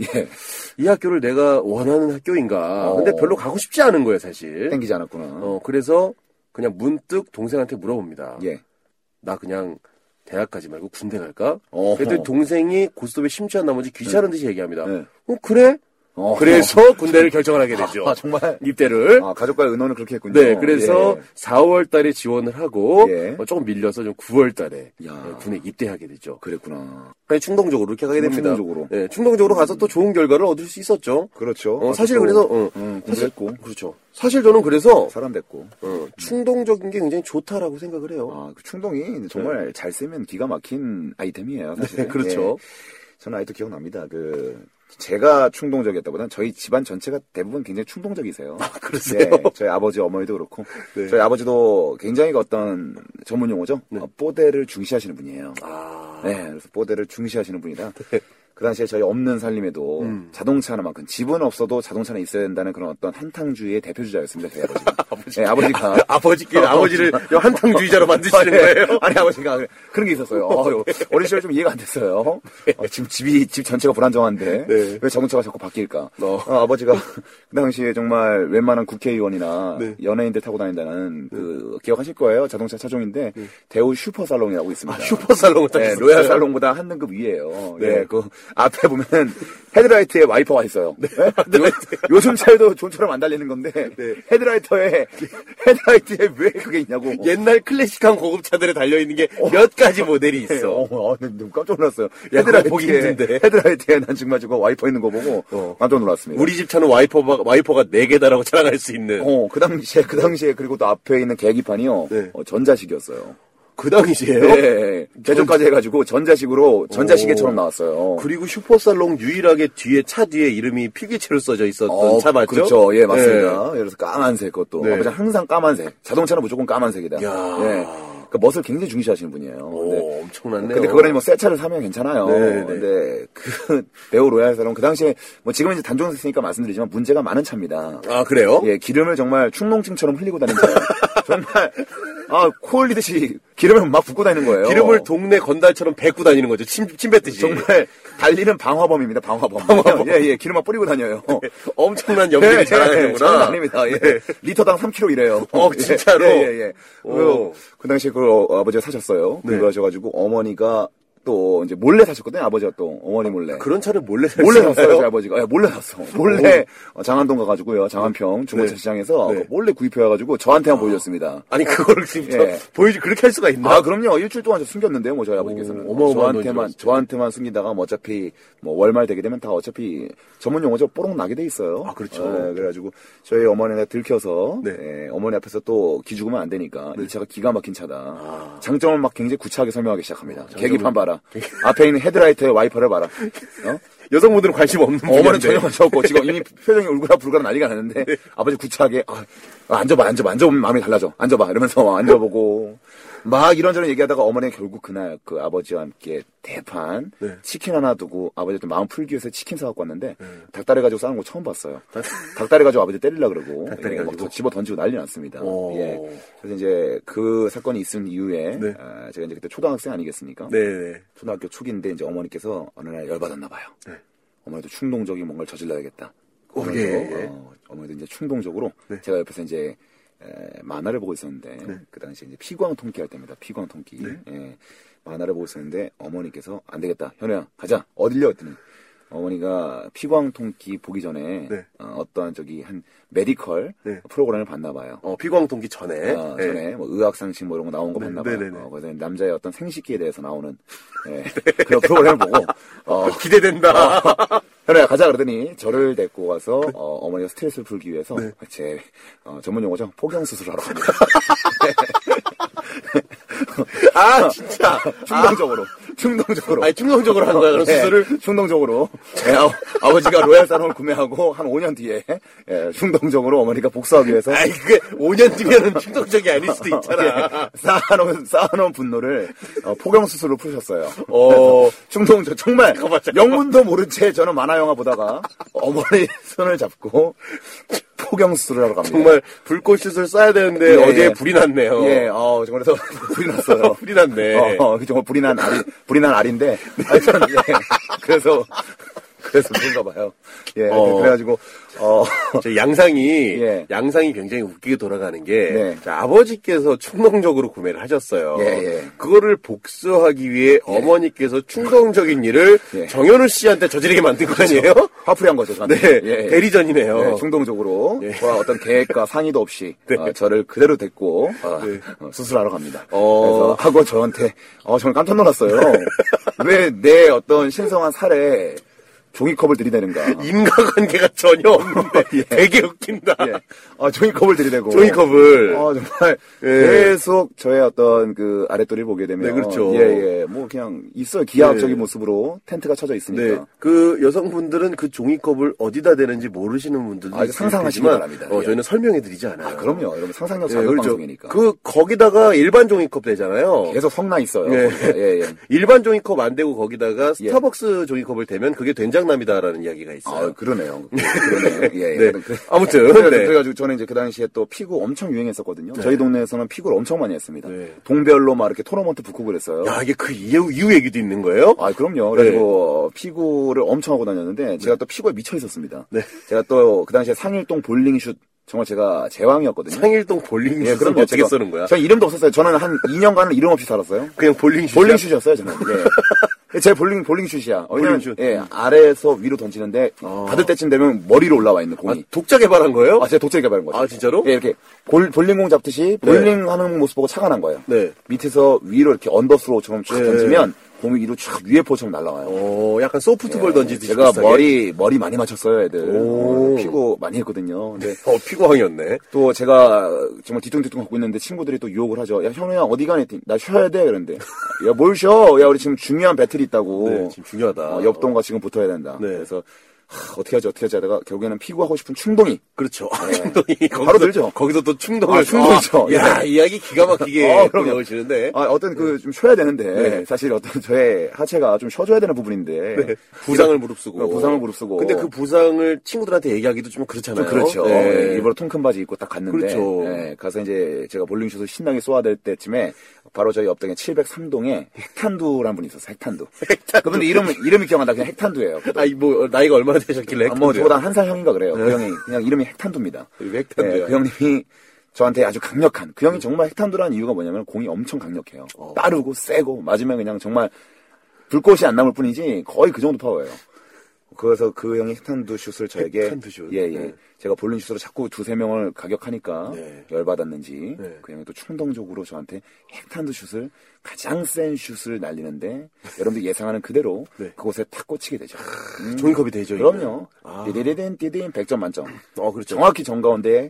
C: 이 학교를 내가 원하는 학교인가?
B: 예. 어.
C: 근데 별로 가고 싶지 않은 거예요, 사실.
B: 땡기지 않았구나.
C: 어 그래서 그냥 문득 동생한테 물어봅니다.
B: 예.
C: 나 그냥 대학 가지 말고 군대 갈까?
B: 어허.
C: 그랬더니 동생이 고스톱에 심취한 나머지 귀찮은 듯이 얘기합니다.
B: 네.
C: 어 그래?
B: 어.
C: 그래서 군대를 결정을 하게 되죠.
B: 아, 정말?
C: 입대를.
B: 아, 가족과의 의논을 그렇게 했군요.
C: 네, 그래서
B: 예.
C: 4월 달에 지원을 하고
B: 예.
C: 어, 조금 밀려서 좀 9월 달에 네,
B: 야.
C: 군에 입대하게 되죠.
B: 그랬구나.
C: 그냥 충동적으로 이렇게 가게 됩니다.
B: 충동적으로.
C: 네, 충동적으로 가서 또 좋은 결과를 얻을 수 있었죠.
B: 그렇죠.
C: 어, 사실
B: 아주
C: 그래서
B: 또,
C: 어,
B: 음,
C: 사실-
B: 공부했고 음.
C: 그렇죠. 사실 저는 그래서
B: 사람 됐고.
C: 어, 충동적인 게 굉장히 좋다라고 생각을 해요.
B: 아, 그 충동이 정말 잘 쓰면 기가 막힌 아이템이에요. 사실.
C: 네. 그렇죠.
B: 예. 저는 아직도 기억납니다. 그 제가 충동적이었다보다는 저희 집안 전체가 대부분 굉장히 충동적이세요.
C: 아,
B: 네,
C: 그러세요?
B: 저희 아버지 어머니도 그렇고
C: 네.
B: 저희 아버지도 굉장히 그 어떤 전문 용어죠. 어, 뽀대를 중시하시는 분이에요.
C: 아,
B: 네, 그래서 뽀대를 중시하시는 분이라 그 당시에 저희 없는 살림에도
C: 음.
B: 자동차 하나만큼 집은 없어도 자동차는 있어야 된다는 그런 어떤 한탕주의의 대표주자였습니다. 저희 아버지가. 아버지. 네, 아버지가 네.
C: 아버지께 아버지를 한탕주의자로 만드시는 거예요? 네.
B: 아니 아버지가 그래- 그런 게 있었어요. 어, 어린 시절 좀 이해가 안 됐어요. 어, 지금 집이 집 전체가 불안정한데
C: 네.
B: 왜 자동차가 자꾸 바뀔까?
C: 어.
B: 어, 아버지가 그 당시에 정말 웬만한 국회의원이나
C: 네.
B: 연예인들 타고 다닌다는 그 기억하실 거예요. 자동차 차종인데 대우 슈퍼살롱이라고 있습니다.
C: 네. 아, 슈퍼살롱을 딱
B: 네,
C: 있었어요?
B: 로얄 살롱보다 한 등급 위에요.
C: 네.
B: 네, 그 앞에 보면 헤드라이트에 와이퍼가 있어요. 네? 요, 즘 차에도 존처럼 안 달리는 건데
C: 네.
B: 헤드라이터에 헤드라이트에 왜 그게 있냐고.
C: 옛날 클래식한 고급차들에 달려있는 게 몇 가지 모델이 있어.
B: 어, 아, 근데 깜짝 놀랐어요.
C: 야, 그거
B: 헤드라이트에,
C: 보기 힘든데.
B: 헤드라이트에 난 지금 아직 와이퍼 있는 거 보고
C: 어.
B: 깜짝 놀랐습니다.
C: 우리 집 차는 와이퍼가, 와이퍼가 4개다라고 자랑할 수 있는.
B: 어, 그 당시에, 그 당시에, 그리고 또 앞에 있는 계기판이요.
C: 네.
B: 어, 전자식이었어요.
C: 그 당시에요?
B: 예, 예. 개조까지 해가지고 전자식으로 전자시계처럼 나왔어요.
C: 그리고 슈퍼살롱 유일하게 뒤에, 차 뒤에 이름이 필기체로 써져 있었던
B: 어,
C: 차 맞죠?
B: 그렇죠. 예,
C: 예.
B: 맞습니다. 그래서 까만색 그것도.
C: 네.
B: 아버지 항상 까만색. 자동차는 무조건 까만색이다.
C: 이야.
B: 예. 그 멋을 굉장히 중시하시는 분이에요.
C: 오,
B: 근데
C: 엄청났네요.
B: 근데 그거는 뭐새 차를 사면 괜찮아요.
C: 네, 네.
B: 근데 그 대우 로얄 사롱 그 당시에 뭐 지금은 이제 단종됐으니까 말씀드리지만 문제가 많은 차입니다.
C: 아, 그래요?
B: 예, 기름을 정말 충농증처럼 흘리고 다니는 차예요. 정말 아, 코 흘리듯이 기름을 막 붓고 다니는 거예요.
C: 기름을 동네 건달처럼 뱉고 다니는 거죠. 침, 침 뱉듯이.
B: 정말 달리는 방화범입니다. 방화범. 예, 예. 기름 막 뿌리고 다녀요.
C: 네. 엄청난 연기를 자랑하는구나.
B: 예,
C: 네.
B: 장난 네, 아닙니다. 예. 리터당 3kg 이래요.
C: 어, 진짜로?
B: 예, 예, 예.
C: 오. 네.
B: 그, 그 당시에 그 아버지가 사셨어요. 그거 하셔가지고 어머니가 또 이제 몰래 사셨거든요. 아버지가 또 어머니 몰래.
C: 그런 차를 몰래 살
B: 몰래
C: 수
B: 샀어요,
C: 있나요?
B: 저희 아버지가. 예, 몰래 샀어. 몰래 어, 장안동 가가지고요, 장안평 중고차
C: 네.
B: 시장에서
C: 네.
B: 그거 몰래 구입해와가지고 저한테만 보여줬습니다.
C: 아니, 그걸 지금
B: 예.
C: 보여주, 그렇게 할 수가 있나?
B: 아, 그럼요. 일주일 동안 저 숨겼는데요, 뭐 저희 아버지께서는.
C: 어마어마한
B: 저한테만,
C: 돈이 들었어요.
B: 저한테만 숨기다가 뭐 어차피 뭐 월말 되게 되면 다 어차피 전문 용어죠. 뽀록 나게 돼 있어요.
C: 아, 그렇죠.
B: 예, 그래가지고 저희 어머니가 들켜서
C: 네.
B: 예, 어머니 앞에서 또 기죽으면 안 되니까 이 차가 기가 막힌 차다.
C: 아.
B: 장점을 막 굉장히 구차하게 설명하기 시작합니다.
C: 어,
B: 계기판 봐라. 앞에 있는 헤드라이트의 와이퍼를 봐라. 어?
C: 여성분들은 관심 없는
B: 어머니
C: 분야인데. 네.
B: 전혀 관심없고 지금 이미 표정이 울그라 불그라 난리가 나는데 아버지 구차하게 아, 아, 앉아봐 앉아봐 앉아보면 마음이 달라져 앉아봐 이러면서 앉아보고 막 이런저런 얘기하다가 어머니는 결국 그날 그 아버지와 함께 대판
C: 네.
B: 치킨 하나 두고 아버지 좀 마음 풀기 위해서 치킨 사갖고 왔는데 닭다리 가지고 싸는 거 처음 봤어요. 닭다리 가지고 아버지 때리려 그러고
C: 닭다리
B: 예, 막
C: 가지고?
B: 집어 던지고 난리 났습니다.
C: 오.
B: 예. 그래서 이제 그 사건이 있은 이후에
C: 네.
B: 아, 제가 이제 그때 초등학생 아니겠습니까?
C: 네.
B: 초등학교 초기인데 이제 어머니께서 어느 날 열받았나 봐요. 어머니도 충동적인 뭔가를 저질러야겠다.
C: 어,
B: 그래서
C: 예, 예.
B: 어, 어머니도 이제 충동적으로
C: 네.
B: 제가 옆에서 이제 에, 만화를 보고 있었는데 그 당시에 이제 피광통기 할 때입니다. 피광통기.
C: 네.
B: 예. 만화를 보고 있었는데 어머니께서 안 되겠다. 현우야 가자. 어딜려 했더니 어머니가 피광통기 보기 전에
C: 네.
B: 어, 어떠한 저기 한 메디컬
C: 네.
B: 프로그램을 봤나 봐요.
C: 어, 피광통기 전에.
B: 어,
C: 예.
B: 전에 뭐 의학상식 뭐 이런 거 나온 거
C: 네,
B: 봤나 봐요.
C: 네네네.
B: 어, 그래서 남자의 어떤 생식기에 대해서 나오는 예, 그런 프로그램을 보고 어,
C: 아, 기대된다.
B: 현우야 가자 그러더니 저를 데리고 가서
C: 그
B: 어, 머니가 스트레스를 풀기 위해서
C: 네.
B: 제 어, 전문 용어죠 포경 수술하러 갑니다.
C: 아, 진짜.
B: 아, 충동적으로 충동적으로
C: 아니, 충동적으로 한 거야, 그럼
B: 예,
C: 수술을?
B: 충동적으로 예, 아, 버지가 로얄 산업을 구매하고 한 5년 뒤에 예, 충동적으로 어머니가 복수하기 위해서
C: 아이, 그게 5년 뒤면은 충동적이 아닐 수도 있잖아.
B: 예, 쌓아놓은, 쌓아놓은 분노를 어, 포경 수술로 푸셨어요.
C: 어.
B: 충동, 저 정말 영문도 모른 채 저는 만화 영화 보다가 어머니 손을 잡고 포경 수술을 하러 갑니다.
C: 정말 불꽃슛을 쏴야 되는데
B: 예,
C: 어제
B: 예.
C: 불이 났네요.
B: 예, 어, 정말 그래서 불이 났어요.
C: 불이 났네. 네.
B: 어, 어, 정말 불이 난 알이, 불이 난 알인데. 하여튼, 예. 그래서, 그래서 그런가 봐요. 예, 하여튼
C: 어.
B: 그래가지고, 어,
C: 저 양상이
B: 예.
C: 양상이 굉장히 웃기게 돌아가는 게
B: 네.
C: 자, 아버지께서 충동적으로 구매를 하셨어요.
B: 예, 예.
C: 그거를 복수하기 위해 어머니께서 충동적인 일을
B: 예.
C: 정현우 씨한테 저지르게 만든 거 아니에요?
B: 화풀이 한 거죠,
C: 네,
B: 저한테. 예, 예.
C: 대리전이네요.
B: 네, 충동적으로
C: 어. 예.
B: 와, 어떤 계획과 상의도 없이
C: 네.
B: 어, 저를 그대로 데리고 어,
C: 네.
B: 어, 수술하러 갑니다.
C: 어.
B: 그래서 하고 저한테 어, 정말 깜짝 놀랐어요. 왜 내 어떤 신성한 살에 종이컵을 들이대는가?
C: 인과관계가 전혀 없는데
B: 예.
C: 되게 웃긴다.
B: 예. 어, 종이컵을 들이대고
C: 종이컵을.
B: 어, 정말
C: 예.
B: 계속 저의 어떤 그 아랫도리를 보게 되면
C: 네, 그렇죠.
B: 예, 예. 뭐 그냥 있어요. 기하학적인
C: 네.
B: 모습으로 텐트가 쳐져
C: 네,
B: 있으니까.
C: 그 여성분들은 그 종이컵을 어디다 대는지 모르시는 분들도
B: 아,
C: 있을
B: 상상하시기
C: 테지만,
B: 바랍니다.
C: 어,
B: 예.
C: 저희는 설명해드리지 않아요.
B: 아, 그럼요. 여러분 상상력
C: 네. 예,
B: 자극
C: 그렇죠.
B: 방송이니까.
C: 그 거기다가 일반 종이컵 되잖아요.
B: 계속 성나 있어요.
C: 예.
B: 예, 예.
C: 일반 종이컵 안 되고 거기다가 스타벅스 종이컵을 대면 그게 된장남이다라는 이야기가 있어요.
B: 아, 그러네요. 그러네요. 예, 예.
C: 네.
B: 그래-
C: 아무튼,
B: 그래-
C: 네.
B: 그래가지고 저는 이제 그 당시에 또 피구 엄청 유행했었거든요. 저희 동네에서는 피구를 엄청 많이 했습니다.
C: 네.
B: 동별로 막 이렇게 토너먼트 붙고 그랬어요.
C: 야, 이게 그 이후, 이후 얘기도 있는 거예요?
B: 아, 그럼요. 그래가지고 피구를 엄청 하고 다녔는데 제가 또 피구에 미쳐 있었습니다.
C: 네.
B: 제가 또 그 당시에 상일동 볼링슛 정말 제가 제왕이었거든요. 예,
C: 상일동 볼링 슛을
B: 그럼요.
C: 어떻게
B: 제가-
C: 쓰는 거야?
B: 전 이름도 없었어요. 저는 한 2년간은 이름 없이 살았어요.
C: 그냥 볼링 슛.
B: 볼링 슛이었어요, 저는. 예. 제 볼링 볼링 슛이야. 왜냐면
C: 볼링 슛.
B: 예, 아래에서 위로 던지는데 받을 때쯤 되면 머리로 올라와 있는
C: 아,
B: 공이.
C: 독자 개발한 거예요?
B: 아, 제가 독재 개발한 거죠.
C: 아, 진짜로?
B: 예, 이렇게 볼, 볼링공 잡듯이 볼링 하는 모습 보고 차가 난 거예요.
C: 네.
B: 밑에서 위로 이렇게 언더스로우처럼 쫙
C: 네.
B: 던지면 공이 위로 쫙 UFO처럼 날아와요.
C: 어, 약간 소프트볼 던지듯이.
B: 예. 제가
C: 비슷하게.
B: 머리, 머리 많이 맞췄어요, 애들.
C: 오.
B: 어, 피고 많이 했거든요. 근데
C: 어, 피고왕이었네.
B: 또 제가 정말 뒤뚱뒤뚱 걷고 있는데 친구들이 또 유혹을 하죠. 야, 현우야, 어디 가니? 했더니 나 쉬어야 돼. 그런데. 야, 뭘 쉬어? 야, 우리 지금 중요한 배틀이 있다고.
C: 네, 지금 중요하다.
B: 어, 옆동과 지금 붙어야 된다.
C: 네.
B: 그래서 하, 어떻게 하지, 어떻게 하지 하다가 결국에는 피구하고 싶은 충동이
C: 그렇죠. 충동이. 거기서,
B: 네. 바로 들죠.
C: 거기서 또 충동을.
B: 아, 충동이죠.
C: 아, 야, 이야기 기가 막히게
B: 어, 그럼요.
C: 넣으시는데.
B: 아, 어떤
C: 네.
B: 그 좀 쉬어야 되는데 사실 어떤 저의 하체가 좀 쉬어줘야 되는 부분인데
C: 네. 부상을 무릅쓰고.
B: 어, 부상을 무릅쓰고
C: 근데 그 부상을 친구들한테 얘기하기도 좀 그렇잖아요.
B: 좀 그렇죠.
C: 예.
B: 예, 일부러 통큰 바지 입고 딱 갔는데
C: 그렇죠.
B: 예, 가서 이제 제가 볼링슛을 신나게 쏘아댈 때쯤에 바로 저희 옆동에 703동에 핵탄두라는 분이 있었어요. 핵탄두. 그분들 이름 이름이 기억난다. 그냥 핵탄두예요.
C: 아, 이 뭐, 나이가 얼마나 되셨길래.
B: 아, 뭐 저보다 한 살 형인가 그래요. 그 형이 그냥 이름이 핵탄두입니다.
C: 네. 핵탄두요.
B: 그 형님이 저한테 아주 강력한 그 형이 정말 핵탄두라는 이유가 뭐냐면 공이 엄청 강력해요.
C: 어.
B: 빠르고 세고 맞으면 그냥 정말 불꽃이 안 남을 뿐이지 거의 그 정도 파워예요. 그래서 그 형이 핵탄두 슛을 저에게
C: 핵탄두 슛.
B: 예, 예.
C: 네.
B: 제가 볼링 슛으로 자꾸 두세 명을 가격하니까
C: 네.
B: 열받았는지
C: 네.
B: 그 형이 또 충동적으로 저한테 핵탄두 슛을 가장 센 슛을 날리는데 여러분들 예상하는 그대로
C: 네.
B: 그곳에 탁 꽂히게 되죠. 음.
C: 종이컵이 되죠.
B: 그럼요.
C: 아.
B: 디디디딘 디딘 100점 만점.
C: 어, 그렇죠.
B: 정확히 정가운데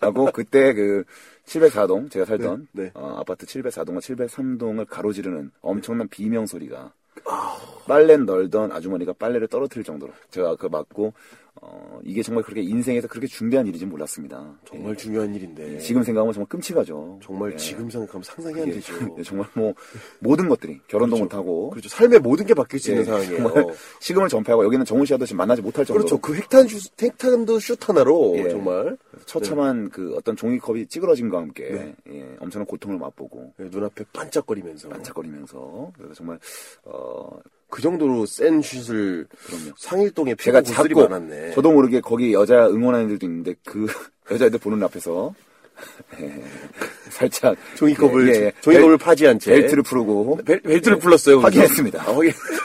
B: 하고 그때 그 704동 제가 살던
C: 네, 네.
B: 어, 아파트 704동과 703동을 가로지르는 엄청난 비명 소리가 빨래 널던 아주머니가 빨래를 떨어뜨릴 정도로 제가 그 맞고 어, 이게 정말 그렇게 인생에서 그렇게 중대한 일인지 몰랐습니다.
C: 정말 중요한 일인데.
B: 지금 생각하면 정말 끔찍하죠.
C: 정말
B: 예.
C: 지금 생각하면 상상이 안
B: 예,
C: 되죠.
B: 예, 정말 뭐 모든 것들이 결혼도 못하고
C: 그렇죠. 삶의 모든 게 바뀔 수
B: 예,
C: 있는 상황이에요. 어.
B: 정말 시금을 전폐하고 여기는 정훈 씨와도 지금 만나지 못할 정도로
C: 그렇죠. 그 획탄 슛, 획탄도 슛 하나로
B: 예.
C: 정말 네.
B: 처참한 그 어떤 종이컵이 찌그러진과 함께 예, 엄청난 고통을 맛보고
C: 네. 예, 눈앞에 반짝거리면서
B: 반짝거리면서 그래서 정말 어,
C: 그 정도로 센 슛을
B: 그럼요.
C: 상일동에
B: 제가
C: 피가 고슬이
B: 자꾸
C: 많았네.
B: 저도 모르게 거기 여자 응원하는 애들도 있는데 그 여자애들 보는 앞에서 예, 살짝
C: 종이컵을
B: 예, 예,
C: 종이컵을
B: 벨-
C: 파지한 채
B: 벨트를 풀고 예,
C: 벨, 벨트를 풀렀어요. 아, 그죠?
B: 확인했습니다.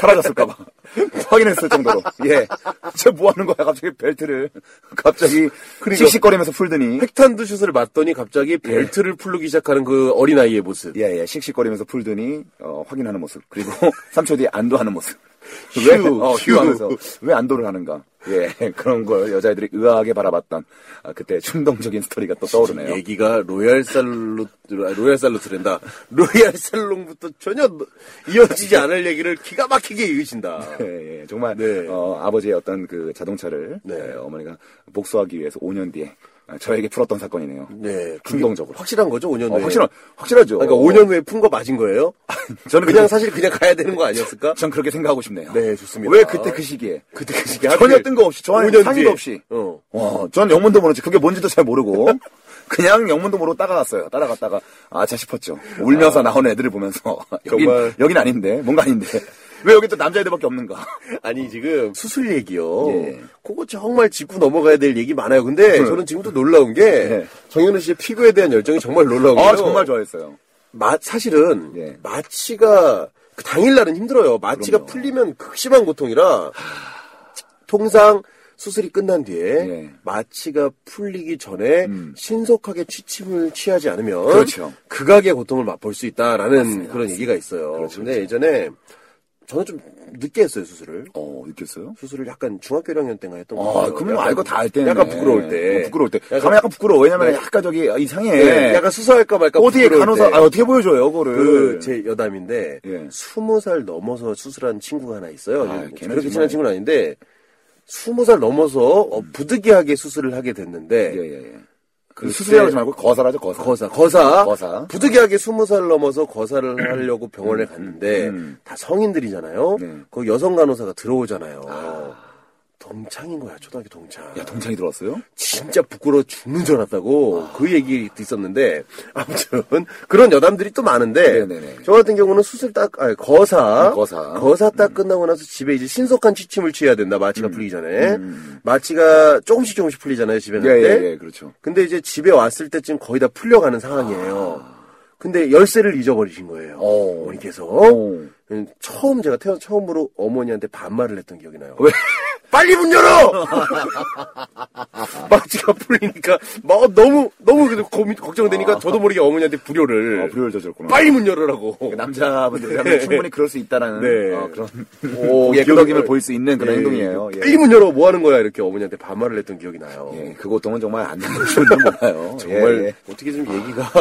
B: 사라졌을까봐 확인했을 정도로 예, 쟤 뭐 하는 거야 갑자기 벨트를 갑자기
C: 그러니까-
B: 씩씩거리면서 풀더니
C: 획탄도 슛을 맞더니 갑자기 벨트를 풀기 시작하는 그 어린 아이의 모습.
B: 예, 예, 씩씩거리면서 풀더니, 어, 확인하는 모습. 그리고 3초 뒤에 안도하는 모습.
C: 휴,
B: 왜, 어, 휴
C: 휴.
B: 하면서, 왜 안도를 하는가. 예, 그런 걸 여자애들이 의아하게 바라봤던, 아, 그때 충동적인 스토리가 또 떠오르네요.
C: 예. 얘기가 로얄 살로 로얄 살로 들린다. 로얄 살롱부터 전혀 이어지지 않을 얘기를 기가 막히게 이으신다.
B: 예, 예, 정말,
C: 네.
B: 어, 아버지의 어떤 그 자동차를,
C: 네.
B: 예, 어머니가 복수하기 위해서 5년 뒤에, 아, 저에게 풀었던 사건이네요.
C: 네,
B: 충동적으로.
C: 확실한 거죠, 5년
B: 어,
C: 후에.
B: 확실한, 확실하죠.
C: 그러니까 5년 후에 푼 거 맞은 거예요? 저는 그냥 사실 그냥 가야 되는 거 아니었을까?
B: 전 그렇게 생각하고 싶네요.
C: 네, 좋습니다.
B: 왜 그때 그 시기에?
C: 그때 그 시기에
B: 전혀
C: 하필
B: 뜬금없이, 전혀
C: 5년
B: 상의도
C: 뒤에.
B: 없이.
C: 어.
B: 와, 전 영문도 모르지. 그게 뭔지도 잘 모르고. 그냥 영문도 모르고 따라갔어요. 따라갔다가, 아, 자 싶었죠. 울면서 나오는 애들을 보면서. 여긴,
C: 정말.
B: 여긴 아닌데. 뭔가 아닌데. 왜 여기 또 남자애들밖에 없는가.
C: 아니 지금 수술 얘기요.
B: 예.
C: 그거 정말 짚고 넘어가야 될 얘기 많아요. 근데 저는 지금도 놀라운 게
B: 예.
C: 정현우 씨의 피부에 대한 열정이 정말 놀라운 거예요.
B: 아, 정말 좋아했어요.
C: 마- 사실은
B: 예.
C: 마취가 그 당일날은 힘들어요.
B: 그럼요.
C: 마취가 풀리면 극심한 고통이라 통상 수술이 끝난 뒤에
B: 예. 음.
C: 마취가 풀리기 전에 신속하게 취침을 취하지 않으면
B: 그렇죠.
C: 극악의 고통을 맛볼 수 있다라는 그런 얘기가 있어요.
B: 그렇죠,
C: 근데 예전에 저는 좀 늦게 했어요 수술을.
B: 어, 느꼈어요?
C: 수술을 약간 중학교 1학년 때인가 했던 것
B: 아,
C: 같아요.
B: 그러면
C: 약간
B: 알고 다 알 때는. 네. 어,
C: 약간 부끄러울 때.
B: 부끄러울 때.
C: 약간-
B: 가면 약간 부끄러워. 왜냐면
C: 네.
B: 약간 저기 아, 이상해.
C: 네, 약간 수사할까 말까
B: 어디에
C: 부끄러울
B: 간호사,
C: 때.
B: 아, 어떻게 보여줘요, 그거를.
C: 그, 제 여담인데,
B: 예.
C: 스무 살 넘어서 수술한 친구가 하나 있어요.
B: 아, 걔는
C: 그렇게
B: 정말- 음.
C: 친한 친구는 아닌데, 스무 살 넘어서 어, 부득이하게 수술을 하게 됐는데,
B: 예, 예, 예. 그 수술이라고 하지 말고 거사라죠, 거사.
C: 거사, 거사,
B: 거사. 음.
C: 부득이하게 스무 살 넘어서 거사를 하려고 병원에 갔는데, 다 성인들이잖아요?
B: 네.
C: 거기 여성 간호사가 들어오잖아요. 동창인 거야, 초등학교 동창.
B: 야, 동창이 들어왔어요?
C: 진짜 부끄러워 죽는 줄 알았다고 그 얘기도 있었는데 아무튼 그런 여담들이 또 많은데
B: 네네네.
C: 저 같은 경우는 수술 딱 아니, 거사
B: 음, 음. 거사.
C: 딱 끝나고 나서 집에 이제 신속한 취침을 취해야 된다 마취가 풀리기 전에 마취가 조금씩 조금씩 풀리잖아요 집에
B: 음. 예,
C: 갈 때.
B: 예, 예, 그렇죠.
C: 근데 이제 집에 왔을 때쯤 거의 다 풀려가는 상황이에요. 근데 열쇠를 잊어버리신 거예요.
B: 어.
C: 어머니께서
B: 어.
C: 음, 처음 제가 태어나 처음으로 어머니한테 반말을 했던 기억이 나요. 왜? 빨리 문 열어! 마취가 풀리니까 막 너무 너무 그래도 고민 걱정되니까 저도 모르게 어머니한테 불효를
B: 아, 불효를 저질렀구나. 네.
C: 빨리 문 열으라고.
B: 남자분들이라면 충분히 그럴 수 있다라는
C: 네.
B: 어, 그런
C: 오,
B: 고개
C: 기억이-
B: 끄덕임을 보일 수 있는 그런 행동이에요. 예.
C: 빨리 문 열어 뭐 하는 거야 이렇게 어머니한테 반말을 했던 기억이 나요.
B: 예, 그 고통은 정말 안 느끼시는 몰라요.
C: 정말
B: 예, 예.
C: 어떻게 좀 얘기가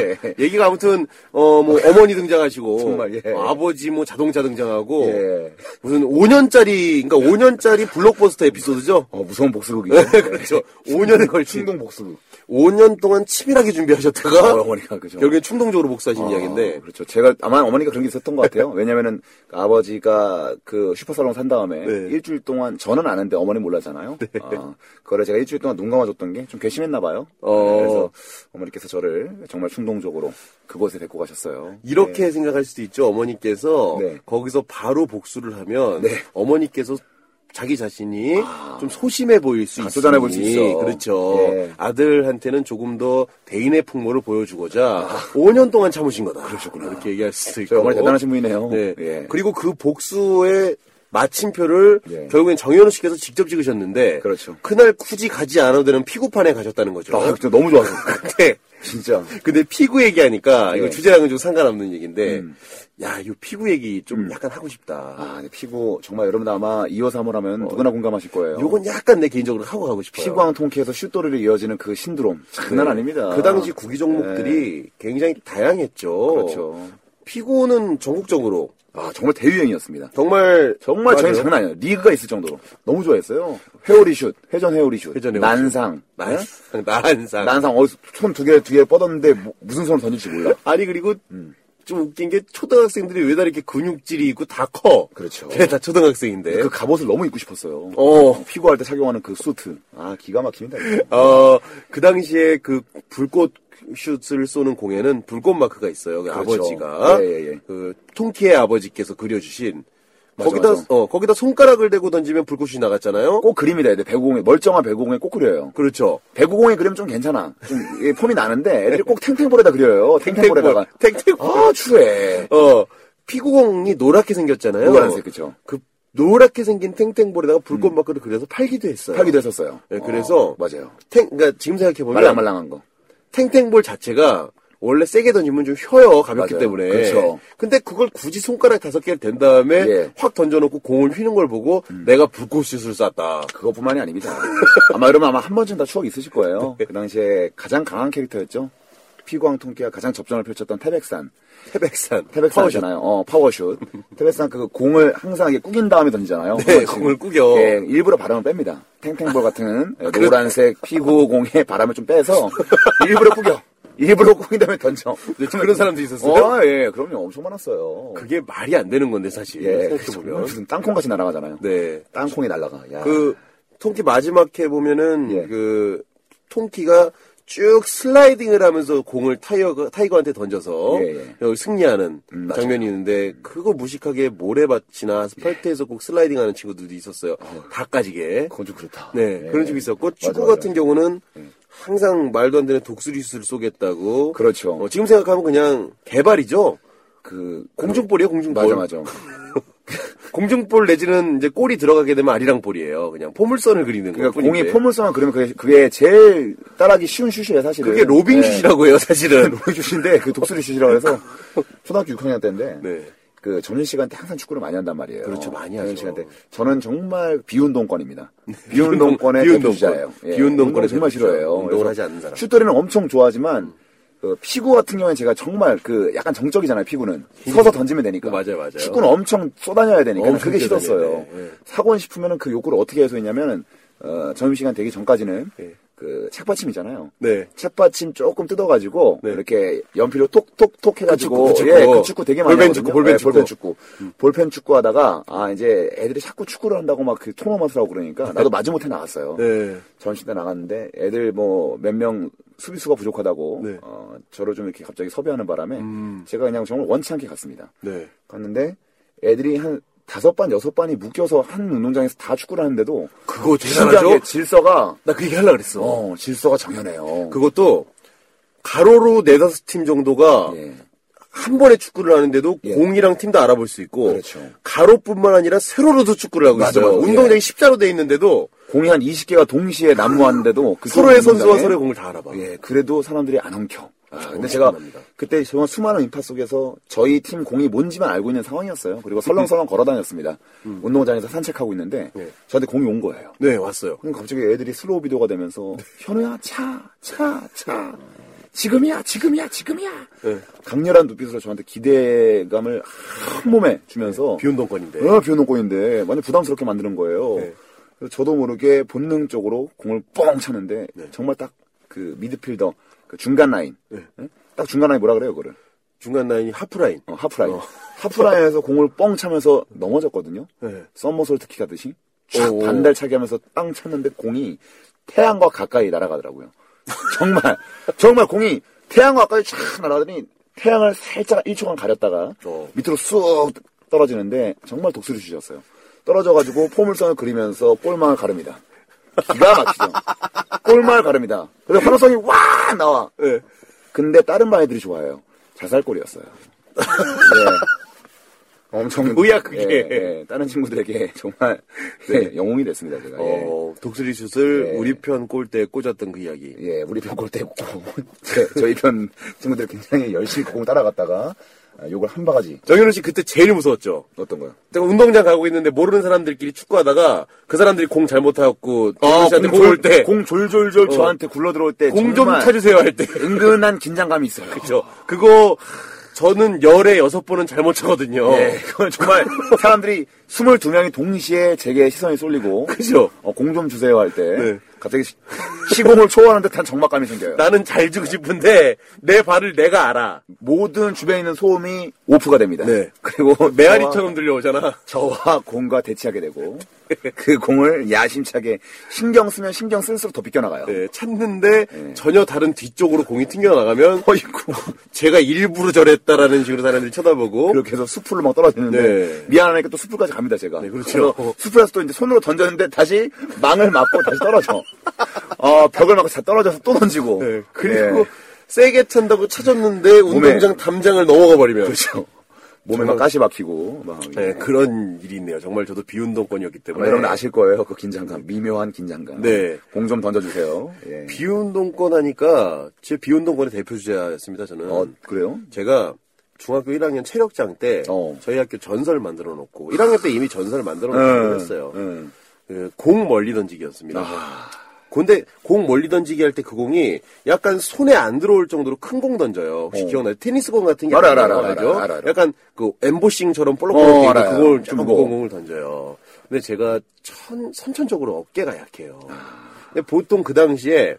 B: 예.
C: 얘기가 아무튼 어 뭐 어머니 등장하시고
B: 정말, 예.
C: 어, 아버지 뭐 자동차 등장하고
B: 예.
C: 무슨 5년짜리 그러니까 5년짜리 블록버스터 에피소드죠.
B: 어, 무서운 복수극이죠. 예.
C: 그렇죠. 5년에 걸친
B: 충동 복수극.
C: 5년 동안 치밀하게 준비하셨다가
B: 어, 어머니가 그죠.
C: 결국엔 충동적으로 복수하신
B: 아,
C: 이야기인데
B: 그렇죠. 제가 아마 어머니가 그런 게 있었던 것 같아요. 왜냐면은 그 아버지가 그 슈퍼살롱 산 다음에
C: 네.
B: 일주일 동안 저는 아는데 어머니 몰랐잖아요. 아, 그걸 제가 일주일 동안 눈 감아줬던 게 좀 괘씸했나 봐요.
C: 어.
B: 그래서 어머니께서 저를 정말 충동적으로 그곳에 데리고 가셨어요.
C: 이렇게 생각할 수도 있죠. 어머니께서
B: 네.
C: 거기서 바로 복수를 하면 어머니께서 자기 자신이 좀 소심해 보일 수
B: 아,
C: 있어.
B: 쏟아내 볼수 있어.
C: 그렇죠.
B: 예.
C: 아들한테는 조금 더 대인의 풍모를 보여주고자 5년 동안 참으신 거다. 그러셨구나. 이렇게 얘기할 수도 있고.
B: 아. 정말 대단하신 분이네요.
C: 네.
B: 예.
C: 그리고 그 복수의 마침표를
B: 예.
C: 결국엔 정현우 씨께서 직접 찍으셨는데
B: 그렇죠.
C: 날 굳이 가지 않아도 되는 피구판에 가셨다는 거죠.
B: 아, 네. 진짜 너무 좋아서.
C: 근데
B: 진짜.
C: 근데 피구 얘기하니까 이거
B: 예. 음.
C: 주제랑은 좀 상관없는 얘기인데 야, 이 피구 얘기 좀 약간 하고 싶다.
B: 아, 근데 피부 정말 여러분 아마 2호 3호라면 누구나 공감하실 거예요.
C: 어.
B: 그
C: 요건 약간 내 개인적으로 하고 가고 싶어요.
B: 피광 통키에서 슛돌이를 이어지는 그 신드롬. 장난 아닙니다. 네. 예.
C: 그 당시 구기 종목들이 굉장히 다양했죠.
B: 그렇죠.
C: 피구는 전국적으로
B: 아, 정말 대유행이었습니다.
C: 정말
B: 정말 저희
C: 맞아요.
B: 장난 아니에요. 리그가 있을 정도로. 너무 좋아했어요. 회오리 슛, 회전 회오리 슛,
C: 회전 회오리 아,
B: 난상. 네?
C: 난상 난상
B: 난상, 어, 손두 개, 두 개 뻗었는데 뭐- 무슨 손을 던질지 몰라.
C: 아니 그리고
B: 음.
C: 좀 웃긴 게 초등학생들이 왜 다 이렇게 근육질이 있고 다 커
B: 그렇죠.
C: 걔네 다 초등학생인데
B: 그 갑옷을 너무 입고 싶었어요.
C: 어.
B: 피구할 때 착용하는 그 수트. 아, 기가 막힙니다. 이거.
C: 어, 그 당시에 그 불꽃 슛을 쏘는 공에는 불꽃 마크가 있어요. 그
B: 그렇죠.
C: 아버지가
B: 예, 예, 예.
C: 그 통키의 아버지께서 그려주신
B: 맞아,
C: 거기다
B: 맞아.
C: 어 거기다 손가락을 대고 던지면 불꽃이 나갔잖아요.
B: 꼭 그림이 돼야 돼. 배구공에, 멀쩡한 배구공에 꼭 그려요.
C: 그렇죠.
B: 배구공에 그리면 좀 괜찮아. 좀, 이게 폼이 나는데 애들이 꼭 탱탱볼에다 그려요. 탱탱볼에다가.
C: 탱탱볼.
B: 아, 추해.
C: 어 피구공이 노랗게 생겼잖아요.
B: 노란색, 그쵸. 음.
C: 그 노랗게 생긴 탱탱볼에다가 불꽃 마크를 그려서 팔기도 했어요.
B: 팔기도 했었어요.
C: 예, 그래서
B: 어, 맞아요.
C: 탱 그러니까 지금 생각해 보면
B: 말랑말랑한 거.
C: 탱탱볼 자체가 원래 세게 던지면 좀 휘어요 가볍기
B: 맞아요.
C: 때문에.
B: 그렇죠.
C: 근데 그걸 굳이 손가락 다섯 개를 댄 다음에
B: 예. 음.
C: 확 던져놓고 공을 휘는 걸 보고 내가 불꽃슛을 쐈다.
B: 그것뿐만이 아닙니다. 아마 여러분 아마 한 번쯤 다 추억이 있으실 거예요.
C: 네.
B: 그 당시에 가장 강한 캐릭터였죠. 피구왕 통키와 가장 접전을 펼쳤던 태백산.
C: 태백산.
B: 태백산이잖아요. 어, 파워슛. 태백산 그 공을 항상 이게 꾸긴 다음에 던지잖아요.
C: 네, 공을 꾸겨. 아,
B: 예, 일부러 바람을 뺍니다. 탱탱볼 같은 노란색 피구 공에 바람을 좀 빼서 일부러 꾸겨. 일부러 꾸긴 다음에 던져.
C: 네, 그런 사람도 있었어요?
B: 어, 예, 그럼요. 엄청 많았어요.
C: 그게 말이 안 되는 건데 사실.
B: 예,
C: 생각해
B: 정말
C: 보면.
B: 무슨 땅콩같이 날아가잖아요.
C: 네.
B: 땅콩이 날아가. 야.
C: 그 통키 마지막 해 보면은
B: 예.
C: 그 통키가 쭉 슬라이딩을 하면서 공을 타이어가, 타이거한테 던져서
B: 예, 음,
C: 승리하는
B: 맞아요.
C: 장면이 있는데 그거 무식하게 모래밭이나 아스팔트에서 꼭 슬라이딩하는 친구들도 있었어요. 다 까지게.
B: 그건 좀 그렇다.
C: 네,
B: 예.
C: 그런 집이 있었고 축구
B: 맞아, 예.
C: 같은 경우는 항상 말도 안 되는 독수리슛을 쏘겠다고.
B: 그렇죠.
C: 어, 지금 생각하면 그냥 개발이죠.
B: 그
C: 공중볼이에요, 공중볼.
B: 맞아 맞아.
C: 공중볼 내지는 이제 골이 들어가게 되면 아리랑 볼이에요. 그냥 포물선을 그리는 거.
B: 그러니까 공이 포물선만 그러면 그게, 그게 제일 따라하기 쉬운 슛이에요 사실은.
C: 그게 로빙
B: 네.
C: 슛이라고 해요, 사실은.
B: 로빙 슛인데 그 독수리 슛이라고 해서 초등학교 6학년 때인데.
C: 네.
B: 그 점심 시간 때 항상 축구를 많이 한단 말이에요.
C: 그렇죠, 많이
B: 점심
C: 하죠. 네.
B: 시간 때 저는 정말 비운동권입니다. 비운동권의
C: 비운동권.
B: 대표자예요. 운동
C: 비운동권의
B: 정말
C: 대표자.
B: 싫어해요.
C: 운동을
B: 그래서
C: 하지 않는 사람. 음.
B: 슛돌이는 엄청 좋아하지만 그 피구 같은 경우에 제가 정말 그 약간 정적이잖아요. 피구는 서서 던지면 되니까.
C: 맞아요, 맞아요.
B: 축구는 엄청 쏘다녀야 되니까
C: 엄청
B: 그게
C: 뛰어다녀야
B: 싫었어요.
C: 돼. 예.
B: 사고는 싶으면은 그 욕구를 어떻게 해소했냐면은 어, 점심시간 되기 전까지는
C: 예.
B: 그 책받침이잖아요.
C: 네.
B: 책받침 조금 뜯어가지고
C: 네.
B: 이렇게 연필로 톡톡톡 해가지고
C: 그 축구, 그
B: 예,
C: 축구.
B: 그 축구 되게 많이
C: 볼펜 축구,
B: 하거든요.
C: 볼펜
B: 예,
C: 축구.
B: 볼펜 축구 볼펜 축구하다가 아 이제 애들이 자꾸 축구를 한다고 막 그 토너먼트 하고 그러니까 나도 마지못해 나갔어요.
C: 네.
B: 전시 때 나갔는데 애들 뭐 몇 명 수비수가 부족하다고
C: 네. 음.
B: 어, 저를 좀 이렇게 갑자기 섭외하는 바람에 제가 그냥 정말 원치 않게 갔습니다.
C: 네.
B: 갔는데 애들이 한 다섯 반 여섯 반이 묶여서 한 운동장에서 다 축구를 하는데도
C: 그거
B: 신기하게
C: 대단하죠?
B: 질서가
C: 나 그 얘기 하려고 그랬어.
B: 어 질서가 정연해요.
C: 그것도 가로로 네다섯 팀 정도가
B: 예.
C: 한 번에 축구를 하는데도
B: 예.
C: 공이랑 팀도 알아볼 수 있고
B: 그렇죠. 예.
C: 가로뿐만 아니라 세로로도 축구를 하고
B: 맞아,
C: 있어요.
B: 맞아.
C: 운동장이 십자로 돼 있는데도
B: 공이 한 20개가 동시에 난무하는데도 그
C: 서로의
B: 소리 듣는
C: 선수와
B: 다음에
C: 서로의 공을 아, 다 알아봐.
B: 예, 그래도 사람들이 안 엉켜. 아, 근데
C: 엄청
B: 제가
C: 많습니다.
B: 그때 정말 수많은 인파 속에서 저희 팀 공이 뭔지만 알고 있는 상황이었어요. 그리고 설렁설렁 걸어 다녔습니다. 운동장에서 산책하고 있는데
C: 네.
B: 저한테 공이 온 거예요.
C: 음. 네, 왔어요.
B: 그럼 갑자기 애들이 슬로우 비디오가 되면서 현우야 차, 차, 차. 지금이야, 지금이야, 지금이야.
C: 네.
B: 강렬한 눈빛으로 저한테 기대감을 한 몸에 주면서
C: 네. 비운동권인데.
B: 어, 비오는 꼴인데 완전 부담스럽게 만드는 거예요.
C: 네.
B: 그래서 저도 모르게 본능적으로 공을 뻥 차는데
C: 네.
B: 정말 딱 그 미드필더 그 중간 라인 예? 딱 중간 라인 뭐라 그래요 그거를
C: 중간 라인이 하프라인.
B: 어, 하프라인 하프라인에서 공을 뻥 차면서 넘어졌거든요.
C: 네.
B: 썸머솔트킥 하듯이 쫙
C: 오.
B: 반달차기 하면서 땅 쳤는데 공이 태양과 가까이 날아가더라고요. 정말 정말 공이 태양과 가까이 쫙 날아가더니 태양을 살짝 1초간 가렸다가
C: 어.
B: 밑으로 쑥 떨어지는데 정말 독수리 주셨어요. 떨어져가지고 포물선을 그리면서 볼망을 가릅니다. 기가 막히죠. 볼망을 가릅니다. 그래서 환호성이 와 나와.
C: 네.
B: 근데 다른 바이들이 좋아해요. 자살골이었어요. 네. 엄청
C: 뭐야, 그게.
B: 예, 예. 다른 친구들에게 정말 예, 영웅이 됐습니다 제가. 예.
C: 어, 독수리 슛을
B: 예.
C: 우리 편 골대에 꽂았던 그 이야기.
B: 예, 우리 편 골대 꽂고 제- 네, 저희 편 친구들 굉장히 열심히 공을 따라갔다가 아, 욕을 한 바가지
C: 정현우 씨 그때 제일 무서웠죠.
B: 어떤 거요?
C: 제가 운동장 가고 있는데 모르는 사람들끼리 축구하다가 그 사람들이 공 잘못하고 정현우 씨한테 공 올 때.
B: 아, 공 졸졸졸
C: 어.
B: 저한테 굴러 들어올 때
C: 공 좀
B: 정말
C: 찾으세요 할 때.
B: 은근한 긴장감이 있어요.
C: 그죠. 그거 저는 열에 여섯 번은 잘못 차거든요.
B: 예, 그건 정말 사람들이 22명이 동시에 제게 시선이 쏠리고 어,
C: 그죠?
B: 공 좀 주세요 할 때
C: 네.
B: 갑자기 시- 시공을 초월하는 듯한 적막감이 생겨요.
C: 나는 잘 주고 싶은데 내 발을 내가 알아.
B: 모든 주변에 있는 소음이 오프가 됩니다.
C: 네.
B: 그리고
C: 메아리처럼 들려오잖아.
B: 저와, 저와 공과 대치하게 되고 그 공을 야심차게 신경 쓰면 신경 쓸수록 더 비껴나가요.
C: 네, 찾는데 전혀 다른 뒤쪽으로 공이 튕겨나가면 어이구 제가 일부러 저랬다라는 식으로 사람들이 쳐다보고
B: 이렇게 해서 숲으로 막 떨어지는데
C: 네.
B: 미안하니까 또 숲까지 갑니다 제가.
C: 네, 그렇죠.
B: 그래서 숲에서 또 이제 손으로 던졌는데 다시 망을 맞고 다시 떨어져. 어, 벽을 맞고 다 떨어져서 또 던지고.
C: 네, 그리고
B: 네.
C: 세게 찬다고 찾았는데 운동장 담장을 넘어가 버리면 그렇죠.
B: 몸에 막 가시 박히고 막.
C: 네, 그런 일이 있네요. 정말 저도 비운동권이었기 때문에
B: 여러분 아실 거예요 그 긴장감, 미묘한 긴장감.
C: 네.
B: 공 좀 던져주세요. 예.
C: 비운동권 하니까 제 비운동권의 대표 주자였습니다. 저는
B: 어 그래요?
C: 제가 중학교 1학년 체력장 때
B: 어.
C: 저희 학교 전설을 만들어 놓고 1학년 때 이미 전설을 만들어
B: 응,
C: 놓고 했어요.
B: 응.
C: 그 공 멀리 던지기였습니다.
B: 아.
C: 근데 공 멀리 던지기 할 때 그 공이 약간 손에 안 들어올 정도로 큰 공 던져요. 혹시
B: 어.
C: 기억나요? 테니스 공 같은 게
B: 알아,
C: 아니라
B: 알아, 알아,
C: 말이죠.
B: 알아, 알아, 알아.
C: 약간 그 엠보싱처럼
B: 어,
C: 볼록볼록
B: 알아요.
C: 어, 그걸
B: 좀
C: 좀
B: 무거워.
C: 공을 던져요. 근데 제가 천, 선천적으로 어깨가 약해요.
B: 아.
C: 근데 보통 그 당시에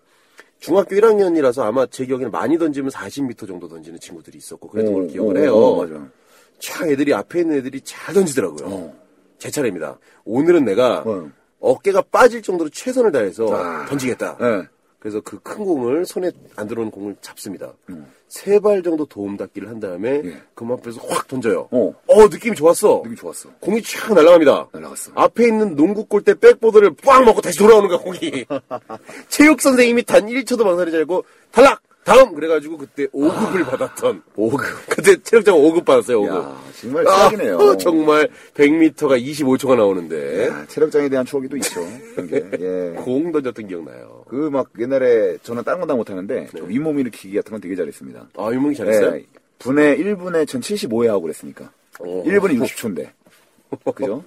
C: 중학교 1학년이라서 아마 제 기억에는 많이 던지면 40m 정도 던지는 친구들이 있었고 그랬던 걸
B: 어,
C: 기억을
B: 어,
C: 해요.
B: 어, 맞아.
C: 촥 애들이 앞에 있는 애들이 잘 던지더라고요. 제 차례입니다. 오늘은 내가
B: 어.
C: 어깨가 빠질 정도로 최선을 다해서
B: 아.
C: 던지겠다.
B: 네.
C: 그래서 그 큰 공을 손에 안 들어오는 공을 잡습니다. 세 발 정도 도움 닫기를 한 다음에
B: 음. 예.
C: 금 앞에서 확 던져요.
B: 어.
C: 느낌이 좋았어.
B: 느낌 좋았어.
C: 공이 촥 날아갑니다.
B: 날아갔어.
C: 앞에 있는 농구 골대 백보드를 빵 먹고 다시 돌아오는 거야, 공이. 체육 선생님이 단 1초도 망설이지 않고 탈락! 다음! 그래가지고
B: 아.
C: 그때 5급을 받았던. 5급. 그때 체육장 5급 받았어요, 5급.
B: 야, 정말 최악이네요.
C: 아, 정말 100m가 25초가 나오는데.
B: 야, 체력장에 대한 추억이 또 있죠. 이게. 예.
C: 공 던졌던 기억나요.
B: 그 막 옛날에 저는 다른 건 다 못하는데 저 윗몸 일으키기 같은 건 되게 잘했습니다.
C: 아, 유명이 네. 잘했어요?
B: 예, 분에 1분에 전 75회 하고 그랬으니까
C: 어.
B: 1분이 60초인데 그죠?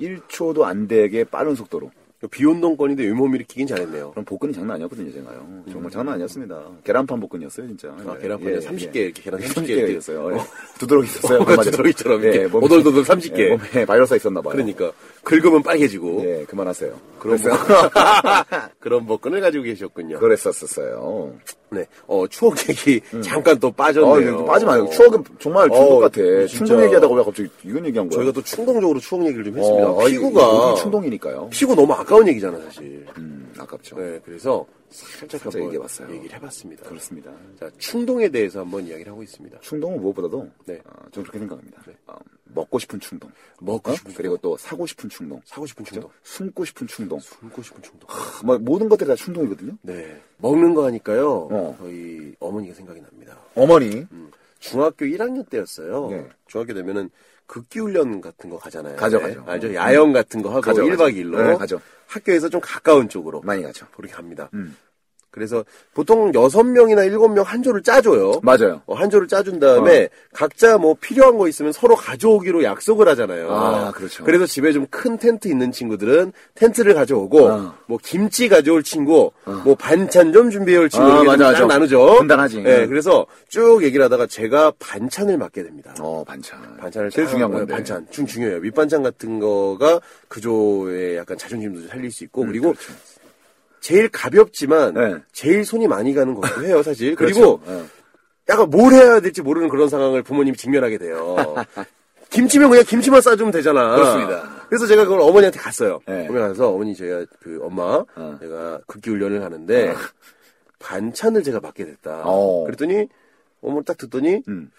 B: 1초도 안 되게 빠른 속도로
C: 비운동권인데 유몸 일으키긴 잘했네요.
B: 그럼 복근이 장난 아니었거든요 제가요 정말 장난 아니었습니다 계란판 복근이었어요 진짜 예,
C: 아, 계란판에 30개 이렇게 계란 30개
B: 30개 있었어요 예. 두드러기 있었어요
C: 어,
B: 한마디로.
C: 두드러기처럼 이렇게
B: 몸에-
C: 오돌도돌 30개.
B: 예, 몸에 바이러스가 있었나 봐요
C: 그러니까 긁으면 빨개지고
B: 예 그만하세요
C: 그런
B: 그래서
C: 복- 그런 복근을 가지고 계셨군요.
B: 그랬었었어요
C: 네, 어 추억 얘기 잠깐 또
B: 아,
C: 빠졌네요.
B: 이거 빠지 마요.
C: 어.
B: 추억은 정말
C: 어,
B: 중독 같아. 충동
C: 진짜.
B: 얘기하다가 왜 갑자기 이건 얘기한 거야?
C: 저희가 또 충동적으로 추억 얘기를 좀 했습니다.
B: 어, 아니,
C: 피구가
B: 여기 충동이니까요.
C: 피구 너무 아까운 얘기잖아 사실.
B: 음, 아깝죠.
C: 네, 그래서 살짝
B: 살짝
C: 한번
B: 얘기해봤어요.
C: 얘기를 해봤습니다.
B: 그렇습니다.
C: 자, 충동에 대해서 한번 이야기를 하고 있습니다.
B: 충동은 무엇보다도
C: 네.
B: 어, 저는 그렇게 생각합니다. 어, 먹고 싶은 충동,
C: 먹고
B: 어?
C: 싶은
B: 그리고 또 사고 싶은 충동, 그렇죠?
C: 사고 싶은 충동,
B: 숨고 싶은 충동,
C: 굶고 싶은 충동.
B: 크, 뭐 모든 것들이 다 충동이거든요.
C: 네, 먹는 거 하니까요.
B: 어.
C: 저희 어머니가 생각이 납니다.
B: 어머니
C: 음. 중학교 1학년 때였어요.
B: 네.
C: 중학교 되면은 극기훈련 같은 거 가잖아요.
B: 가죠,
C: 네.
B: 가죠.
C: 알죠? 야영 같은 거 하고
B: 가죠,
C: 1박
B: 가죠.
C: 2일로
B: 네, 가죠.
C: 학교에서 좀 가까운 쪽으로
B: 많이 가죠.
C: 그렇게 갑니다.
B: 음.
C: 그래서 보통 6명이나 7명 한 조를 짜줘요.
B: 맞아요.
C: 어, 한 조를 짜준 다음에 각자 뭐 필요한 거 있으면 서로 가져오기로 약속을 하잖아요.
B: 아, 그렇죠.
C: 래서 집에 좀 큰 텐트 있는 친구들은 텐트를 가져오고
B: 어.
C: 뭐 김치 가져올 친구, 뭐 반찬 좀 준비해올 친구
B: 아,
C: 이렇게
B: 맞아,
C: 좀
B: 맞아.
C: 딱 나누죠.
B: 분단하지.
C: 예,
B: 응.
C: 그래서 쭉 얘기를 하다가 제가 반찬을 맡게 됩니다.
B: 어 반찬.
C: 반찬을
B: 제일
C: 딱-
B: 중요한
C: 어,
B: 건데.
C: 반찬 중 중요해요. 밑반찬 같은 거가 그조의 약간 자존심도 살릴 수 있고 그리고 제일 가볍지만
B: 음, 그렇죠. 네.
C: 제일 손이 많이 가는 것도 해요 사실. 그리
B: 그렇죠.
C: 고
B: 예.
C: 약간 뭘 해야 될지 모르는 그런 상황을 부모님이 직면하게 돼요. 김치면 그냥 김치만 싸주면 되잖아.
B: 그렇습니다.
C: 래서 제가 그걸 어머니한테 갔어요.
B: 네.
C: 어머니 가서 어머니 제가 그 엄마
B: 어.
C: 제가 극기 훈련을 하는데 반찬을 제가 맡게 됐다.
B: 어.
C: 그랬더니 어머니 딱 듣더니
B: 음.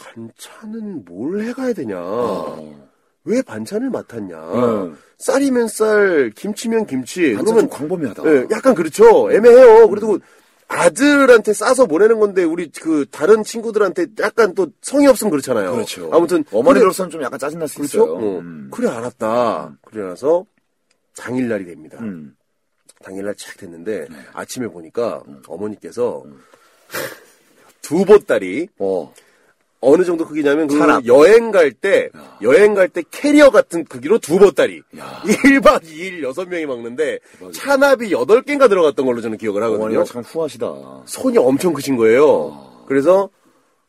C: 반찬은 뭘 해가야 되냐.
B: 어.
C: 왜 반찬을 맡았냐.
B: 음.
C: 쌀이면 쌀, 김치면 김치.
B: 반찬 좀 광범위하다.
C: 예, 약간 그렇죠. 애매해요. 그래도 아들한테 싸서 보내는 건데 우리 그 다른 친구들한테 약간 또 성의 없으면 그렇잖아요.
B: 그렇죠.
C: 아무튼 그래,
B: 어머니로서는 좀 약간 짜증 날수
C: 그렇죠.
B: 있어요.
C: 어,
B: 음.
C: 그래 알았다. 그래 나서 당일 날이 됩니다.
B: 음.
C: 당일 날착 됐는데 아침에 보니까 어머니께서 두 보따리
B: 어.
C: 어느 정도 크기냐면 그
B: 산악.
C: 여행 갈 때 여행 갈 때 캐리어 같은 크기로 두 보따리 1박 2일 6명이 먹는데 찬압이 8개인가 들어갔던 걸로 저는 기억을 하거든요.
B: 어머니가 참 후하시다.
C: 손이 엄청 크신 거예요. 그래서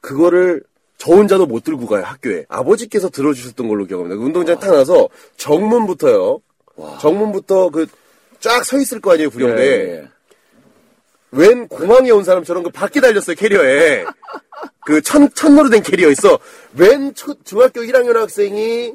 C: 그거를 저 혼자도 못 들고 가요 학교에 아버지께서 들어주셨던 걸로 기억합니다. 그 운동장 타 나서 정문부터요. 정문부터 그 쫙 서 있을 거 아니에요 구령대.
B: 예.
C: 웬 공항에 온 사람처럼 그 바퀴 달렸어요 캐리어에 그 천, 천으로 된 캐리어 있어 웬 초, 중학교 1학년 학생이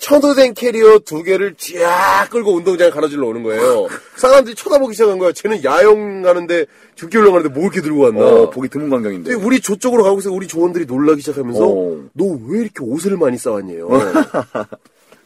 C: 천으로 된 캐리어 두 개를 쫙 끌고 운동장에 갈아질러 오는 거예요 사람들이 쳐다보기 시작한 거야 쟤는 야영 가는데 죽기 올라가는데 뭐 이렇게 들고 왔나
B: 어, 보기 드문 광경인데.
C: 근데 우리 저쪽으로 가고 있어 우리 조원들이 놀라기 시작하면서
B: 어.
C: 너 왜 이렇게 옷을 많이 싸왔냐요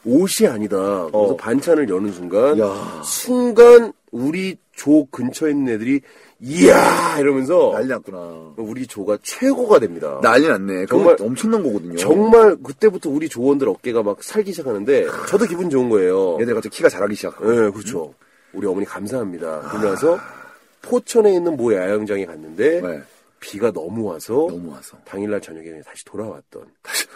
C: 옷이 아니다. 그래서 반찬을 여는 순간
B: 어. 야.
C: 순간 우리 조 근처에 있는 애들이 이야 이러면서
B: 난리 났구나.
C: 우리 조가 최고가 됩니다.
B: 난리 났네. 정말
C: 정말-
B: 엄청난 거거든요.
C: 네. 정말 그때부터 우리 조원들 어깨가 막 살기 시작하는데 저도 기분 좋은 거예요.
B: 얘들 갑자기 키가 자라기 음.
C: 예,
B: 시작하고.
C: 네, 그렇죠. 우리 어머니
B: 아.
C: 감사합니다. 그러면서 포천에 있는 모 야영장에 갔는데
B: 네.
C: 비가 너무 와서
B: 너무 와서.
C: 당일날 저녁에 그냥 다시 돌아왔던.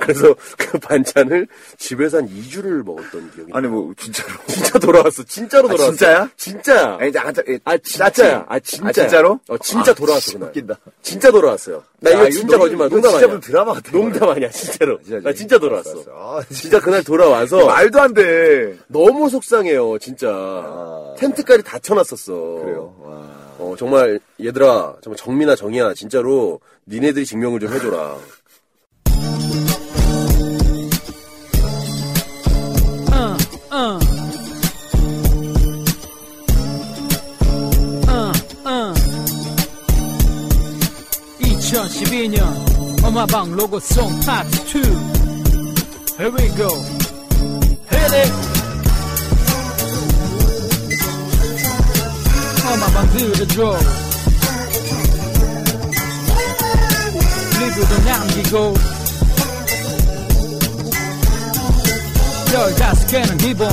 C: 그래서 그 반찬을 집에서 한 2주를 먹었던 기억이
B: 아니 뭐 진짜로.
C: 진짜 돌아왔어. 진짜로
B: 아,
C: 돌아왔어.
B: 진짜야?
C: 진짜야.
B: 아니, 아, 짜-
C: 아 진짜야. 아 진짜.
B: 아, 진짜로?
C: 어 진짜
B: 아,
C: 돌아왔어
B: 씨,
C: 그날.
B: 웃긴다.
C: 진짜 돌아왔어요. 나
B: 야,
C: 이거
B: 이거
C: 진짜
B: 너무-
C: 거짓말
B: 이거
C: 농담
B: 진짜
C: 아니야.
B: 무슨 드라마 같아, 이거.
C: 농담 아니야 진짜로.
B: 진짜지.
C: 나 진짜 돌아왔어. 어.
B: 알았어, 알았어. 아, 진짜
C: 진짜 그날 돌아와서
B: 말도 안 돼.
C: 너무 속상해요 진짜. 아. 텐트까지 다 쳐놨었어.
B: 그래요. 와.
C: 어 정말 얘들아 정말 정민아 정이야 진짜로 니네들이 증명을 좀 해줘라.
E: uh, uh. Uh, uh. 2012년 엄마방 로고송 파트 2 Here we go Hit it 엄마방 들어줘 리뷰도 남기고 15개는 기본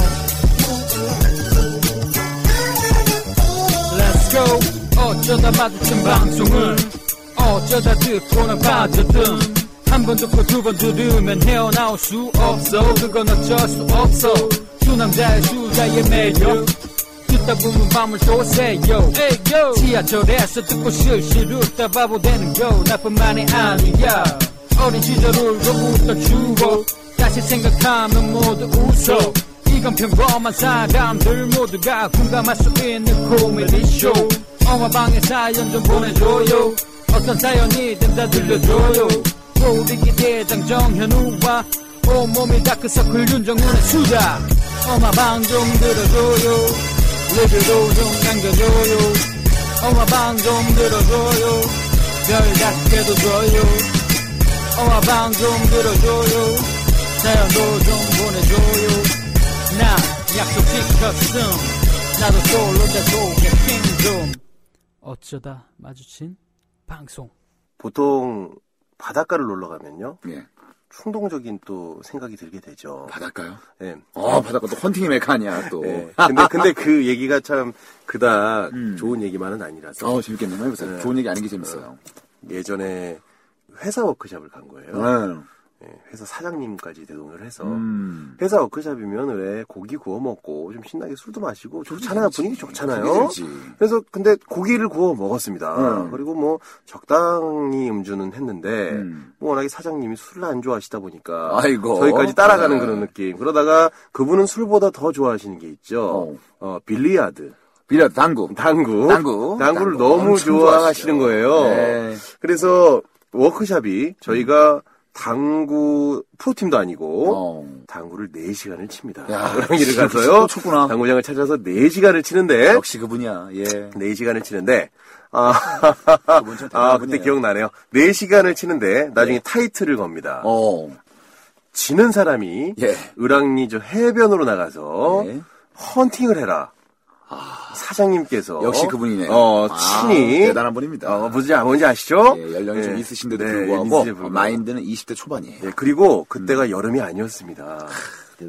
E: Let's go 어쩌다 마주친 방송은 어쩌다 듣고는 빠졌든 한 번 듣고 두 번 들으면 헤어나올 수 없어 그건 어쩔 수 없어 두 남자의 수다의 매력 듣다 보면 밤을 쏘세요 지하철에서 듣고 실실 웃다 바보 되는 거 나뿐만이 아니야 어린 시절 울고 웃던 추억 다시 생각하면 모두 웃어 이건 평범한 사람들 모두가 공감할 수 있는 코미디쇼 어마방에 사연 좀 보내줘요 어떤 사연이든 다 들려줘요 꼬리기 대장 정현우와 온몸이 다크서클 윤정훈의 수다 어마방 좀 들어줘요 리뷰도 좀 남겨줘요 어마방 좀 들어줘요 별 다섯 개도 줘요 엄마 방좀 들어줘요 사연도 좀 보내줘요 나 약속 지켰음 나도 솔로 대속의 킹좀 어쩌다 마주친 방송
C: 보통 바닷가를 놀러 가면요
B: 예.
C: 충동적인 또 생각이 들게 되죠.
B: 바닷가요?
C: 예.
B: 아 바닷가 또 헌팅의 메카 아니야 또.
C: 예. 근데 근데 그 얘기가 참 그닥 좋은 얘기만은 아니라서
B: 어 재밌겠네. 한번 해보세요. 좋은 얘기 아닌 게 재밌어요.
C: 예전에 회사 워크샵을 간 거예요.
B: 응.
C: 예, 회사 사장님까지 대동을 해서
B: 아. 어. 음.
C: 회사 워크샵이면 왜 고기 구워 먹고 좀 신나게 술도 마시고 좋잖아요 분위기
B: 그게
C: 좋잖아요.
B: 되지.
C: 그래서 근데 고기를 구워 먹었습니다.
B: 음.
C: 그리고 뭐 적당히 음주는 했는데
B: 음.
C: 뭐 워낙에 사장님이 술을 안 좋아하시다 보니까
B: 아이고.
C: 저희까지 따라가는
B: 네.
C: 그런 느낌. 그러다가 그분은 술보다 더 좋아하시는 게 있죠. 어, 빌리아드.
B: 비라 당구.
C: 당구.
B: 당구.
C: 당구를
B: 당구.
C: 너무
B: 엄청
C: 좋아하시는
B: 좋아하시죠.
C: 거예요.
B: 네.
C: 그래서 워크샵이 저희가 당구 프로팀도 아니고
B: 어.
C: 당구를 4시간을 칩니다.
B: 야,
C: 호랑이를
B: 진짜
C: 가서요.
B: 또 쳤구나.
C: 당구장을 찾아서 4시간을 치는데
B: 역시 그분이야. 예.
C: 4시간을 치는데 아,
B: 그분 참
C: 아
B: 대단하군요.
C: 그때
B: 네.
C: 기억나네요. 4시간을 치는데 나중에 타이틀을 겁니다.
B: 어.
C: 지는 사람이
B: 예.
C: 을왕리 저 해변으로 나가서
B: 예. 아.
C: 헌팅을 해라. 사장님께서
B: 역시 그분이네.
C: 어,
B: 아,
C: 친히
B: 대단한 분입니다.
C: 어, 뭔지 아- 뭔지 아시죠?
B: 뭐, 예, 연령이 좀
C: 예.
B: 있으신데도
C: 네,
B: 불구하고 아, 음.
C: 있으신데도 불구하고.
B: 마인드는 20대 초반이에요.
C: 예, 그리고 그때가 여름이 아니었습니다.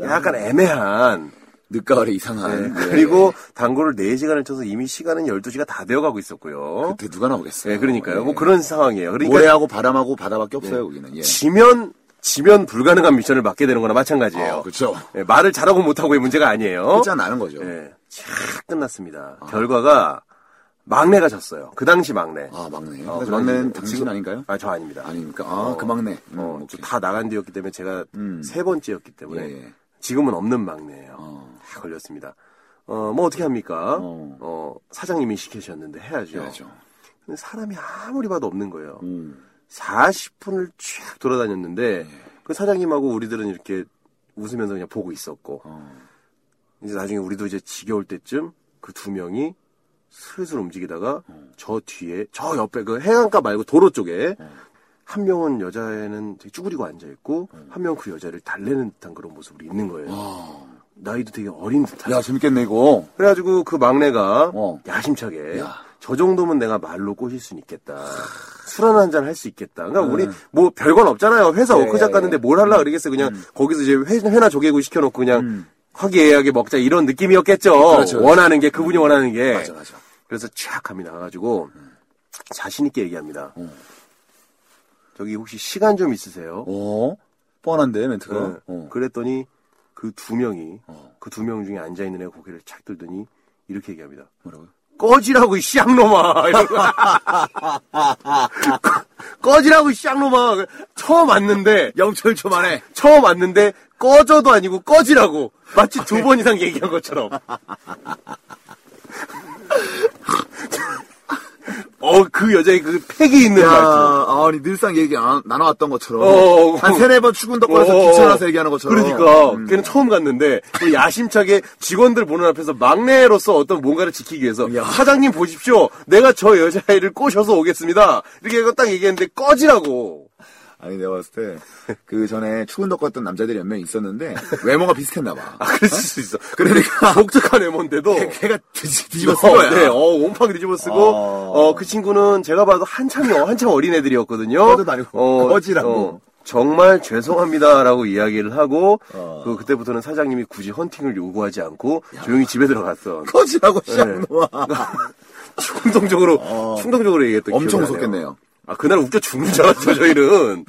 C: 약간 애매한
B: 늦가을에 이상한.
C: 예,
B: 예.
C: 그리고 당구를 4시간을 쳐서 이미 시간은 12시가 다 되어가고 있었고요.
B: 그때 누가 나오겠어요?
C: 예, 그러니까요.
B: 예.
C: 뭐 그런 상황이에요. 그러니까 네.
B: 모래하고 바람하고 바다밖에 없어요 거기는. 예.
C: 지면 지면 불가능한 미션을 맡게 되는 거나 마찬가지예요. 어?
B: 아, 그렇죠.
C: 예, 말을 잘하고 못하고의 문제가 아니에요.
B: 끝장 나는 거죠.
C: 예, 쫙 끝났습니다. 결과가 막내가 졌어요. 그 당시 막내.
B: 아, 막내.
C: 어, 그
B: 막내는
C: 당시-
B: 당신 아닌가요?
C: 아, 저 아닙니다.
B: 아닙니까? 아,
C: 어,
B: 그 막내. 음,
C: 어,
B: 오케이. 음.
C: 다 네. 나간 뒤였기 때문에 제가 세 번째였기 때문에
B: 예, 예.
C: 지금은 없는 막내예요.
B: 어.
C: 다 걸렸습니다. 어, 뭐 어떻게 합니까?
B: 어.
C: 어, 사장님이 시키셨는데 해야죠.
B: 해야죠.
C: 근데 사람이 아무리 봐도 없는 거예요.
B: 음. 네.
C: 40분을 쫙 돌아다녔는데 그 사장님하고 우리들은 이렇게 웃으면서 그냥 보고 있었고
B: 어.
C: 이제 나중에 우리도 이제 지겨울 때쯤 그 두 명이 슬슬 움직이다가
B: 어.
C: 저 뒤에 저 옆에 그 해안가 말고 도로 쪽에
B: 어.
C: 한 명은 여자애는 되게 쭈그리고 앉아 있고
B: 어.
C: 한 명은 그 여자를 달래는 듯한 그런 모습으로 있는 거예요.
B: 아.
C: 나이도 되게 어린 듯한.
B: 야, 재밌겠네, 이거.
C: 그래가지고 그 막내가
B: 어.
C: 야심차게
B: 야.
C: 저 정도면 내가 말로 꼬실 수는 있겠다. 술 하나 한잔 할 수 있겠다. 그러니까 우리 뭐 별건 없잖아요. 회사
B: 네. 예,
C: 워크샵
B: 예,
C: 갔는데
B: 예. 음.
C: 뭘 할라 그러겠어. 그냥 거기서 이제 회, 회나 조개구이 시켜놓고 그냥 화기애애하게 먹자 이런 느낌이었겠죠.
B: 그렇죠.
C: 원하는 게 그분이 원하는 게.
B: 맞아, 맞아.
C: 그래서 촥 감이 나가지고 자신 있게 얘기합니다. 저기 혹시 시간 좀 있으세요?
B: 어? 뻔한데, 멘트가.
C: 네.
B: 어.
C: 그랬더니 그 두 명이
B: 어.
C: 그 두 명 중에 앉아 있는 애 고개를 착 들더니 이렇게 얘기합니다.
B: 뭐라고요?
C: 꺼지라고 이 쌍놈아 이러고. 꺼- 꺼지라고 이 쌍놈아 처음 왔는데
B: 영철 초반에.
C: 처음 왔는데 꺼져도 아니고 꺼지라고 마치 두 번 이상 얘기한 것처럼 어 그 여자의 그 팩이 있는 말투
B: 야, 아니, 늘상 얘기 안, 나눠왔던 것처럼.
C: 어,
B: 한
C: 어.
B: 세네 번 출근덕거려서
C: 어어.
B: 귀찮아서 얘기하는 것처럼.
C: 그러니까
B: 음.
C: 걔는 처음 갔는데 그 야심차게 직원들 보는 앞에서 막내로서 어떤 뭔가를 지키기 위해서
B: 야.
C: 사장님 보십시오. 내가 저 여자애를 꼬셔서 오겠습니다. 이렇게 해서 딱 얘기했는데 꺼지라고.
B: 아니, 내가 봤을 때, 그 전에 출근덕거렸던 남자들이 몇 명 있었는데, 외모가 비슷했나봐.
C: 아, 그럴 수 있어.
B: 그러니까. 그
C: 독특한 애몬데도
B: 걔가 뒤집- 뒤집어 쓴 거야.
C: 네, 어, 곰팡이 뒤집어 쓰고,
B: 어.
C: 어, 그 친구는 제가 봐도 한참, 어, 한참 어린 애들이었거든요. 어,
B: 꺼져도 아니고 꺼지라고.
C: 정말 죄송합니다라고 이야기를 하고,
B: 어.
C: 그, 그때부터는 사장님이 굳이 헌팅을 요구하지 않고, 조용히 집에 들어갔어.
B: 꺼지라고 시작
C: 네.
B: 놈아.
C: 충동적으로, 어. 충동적으로 얘기했던
B: 엄청
C: 기억이 나네요.
B: 웃겼네요.
C: 아, 그날 웃겨 죽는 줄 알았죠, 저희는.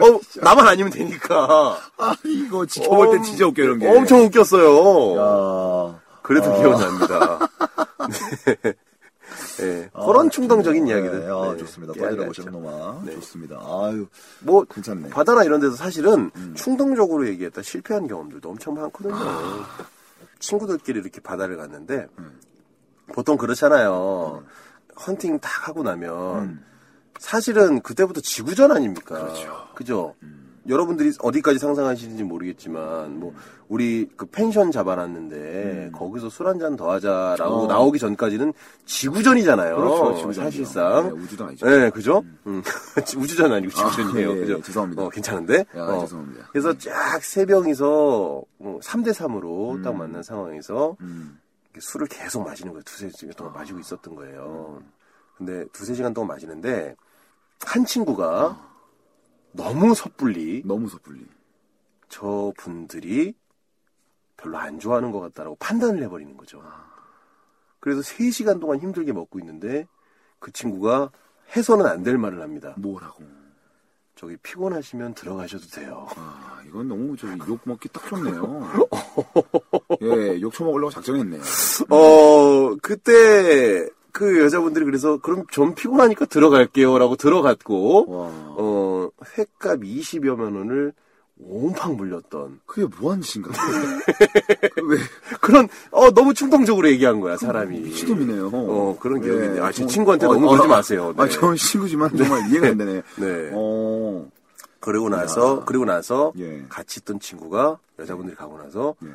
C: 어, 나만 아니면 되니까.
B: 아, 이거 지켜볼 때
C: 엄-
B: 진짜 웃겨, 이런 게.
C: 엄청 웃겼어요.
B: 아,
C: 그래도 기억납니다. 네. 네. 그런 충동적인 이야기들.
B: 아, 네, 아,
C: 네.
B: 좋습니다.
C: 예,
B: 꺼지라고
C: 알겠죠.
B: 시작 놈아. 좋습니다. 아유.
C: 뭐
B: 괜찮네. 음.
C: 바다나 이런 데서 사실은 충동적으로 얘기했다 실패한 경험들도 엄청 많거든요.
B: 아.
C: 친구들끼리 이렇게 바다를 갔는데
B: 음.
C: 보통 그렇잖아요. 헌팅 딱 하고 나면
B: 음.
C: 사실은 그때부터 지구전 아닙니까? 그렇죠. 그죠?
B: 음.
C: 여러분들이 어디까지 상상하시는지 모르겠지만 뭐 우리 그 펜션 잡아놨는데 거기서 술 한 잔 더
B: 음.
C: 하자라고
B: 어.
C: 나오기 전까지는 지구전이잖아요.
B: 그렇죠, 지구전이죠.
C: 사실상
B: 네, 우주도 아니죠.
C: 네, 그죠? 음. 우주전 아니고 지구전이에요.
B: 아, 예,
C: 그죠?
B: 예, 죄송합니다.
C: 어, 괜찮은데?
B: 야,
C: 어.
B: 죄송합니다. 음.
C: 그래서 쫙 세 병이서 뭐 3대3으로 딱 만난 상황에서
B: 음. 아.
C: 이렇게 술을 계속 마시는 거예요. 두세 시간 동안 마시고 있었던 거예요.
B: 음.
C: 근데 두세 시간 동안 마시는데 한
B: 아.
C: 친구가 너무 섣불리
B: 너무 섣불리.
C: 저 분들이 별로 안 좋아하는 것 같다라고 판단을 해버리는 거죠.
B: 아.
C: 그래서 세시간 동안 힘들게 먹고 있는데 그 친구가 해서는 안 될 말을 합니다.
B: 뭐라고.
C: 저기 피곤하시면 들어가셔도 돼요.
B: 아, 이건 너무 저기 욕 먹기 딱 좋네요. 예, 욕 처먹으려고 작정했네요.
C: 어, 그때 그 여자분들이 그래서 그럼 좀 피곤하니까 들어갈게요라고 들어갔고
B: 와.
C: 어, 횟값 20여만 원을 온팡 물렸던
B: 그게 뭐한 짓인가? 그 왜,
C: 그런 어 너무 충동적으로 얘기한 거야 사람이
B: 음, 미친놈이네요.
C: 예. 어, 그런
B: 예,
C: 기억이 있네요. 아, 제
B: 정말-
C: 친구한테
B: 어,
C: 너무
B: 어,
C: 그러지
B: 아,
C: 마세요. 네.
B: 아, 저는 친구지만 정말 이해가 안 되네.
C: 네.
B: 어,
C: 그리고 나서 그리고 나서
B: 예.
C: 같이 있던 친구가 여자분들이 가고 나서
B: 예.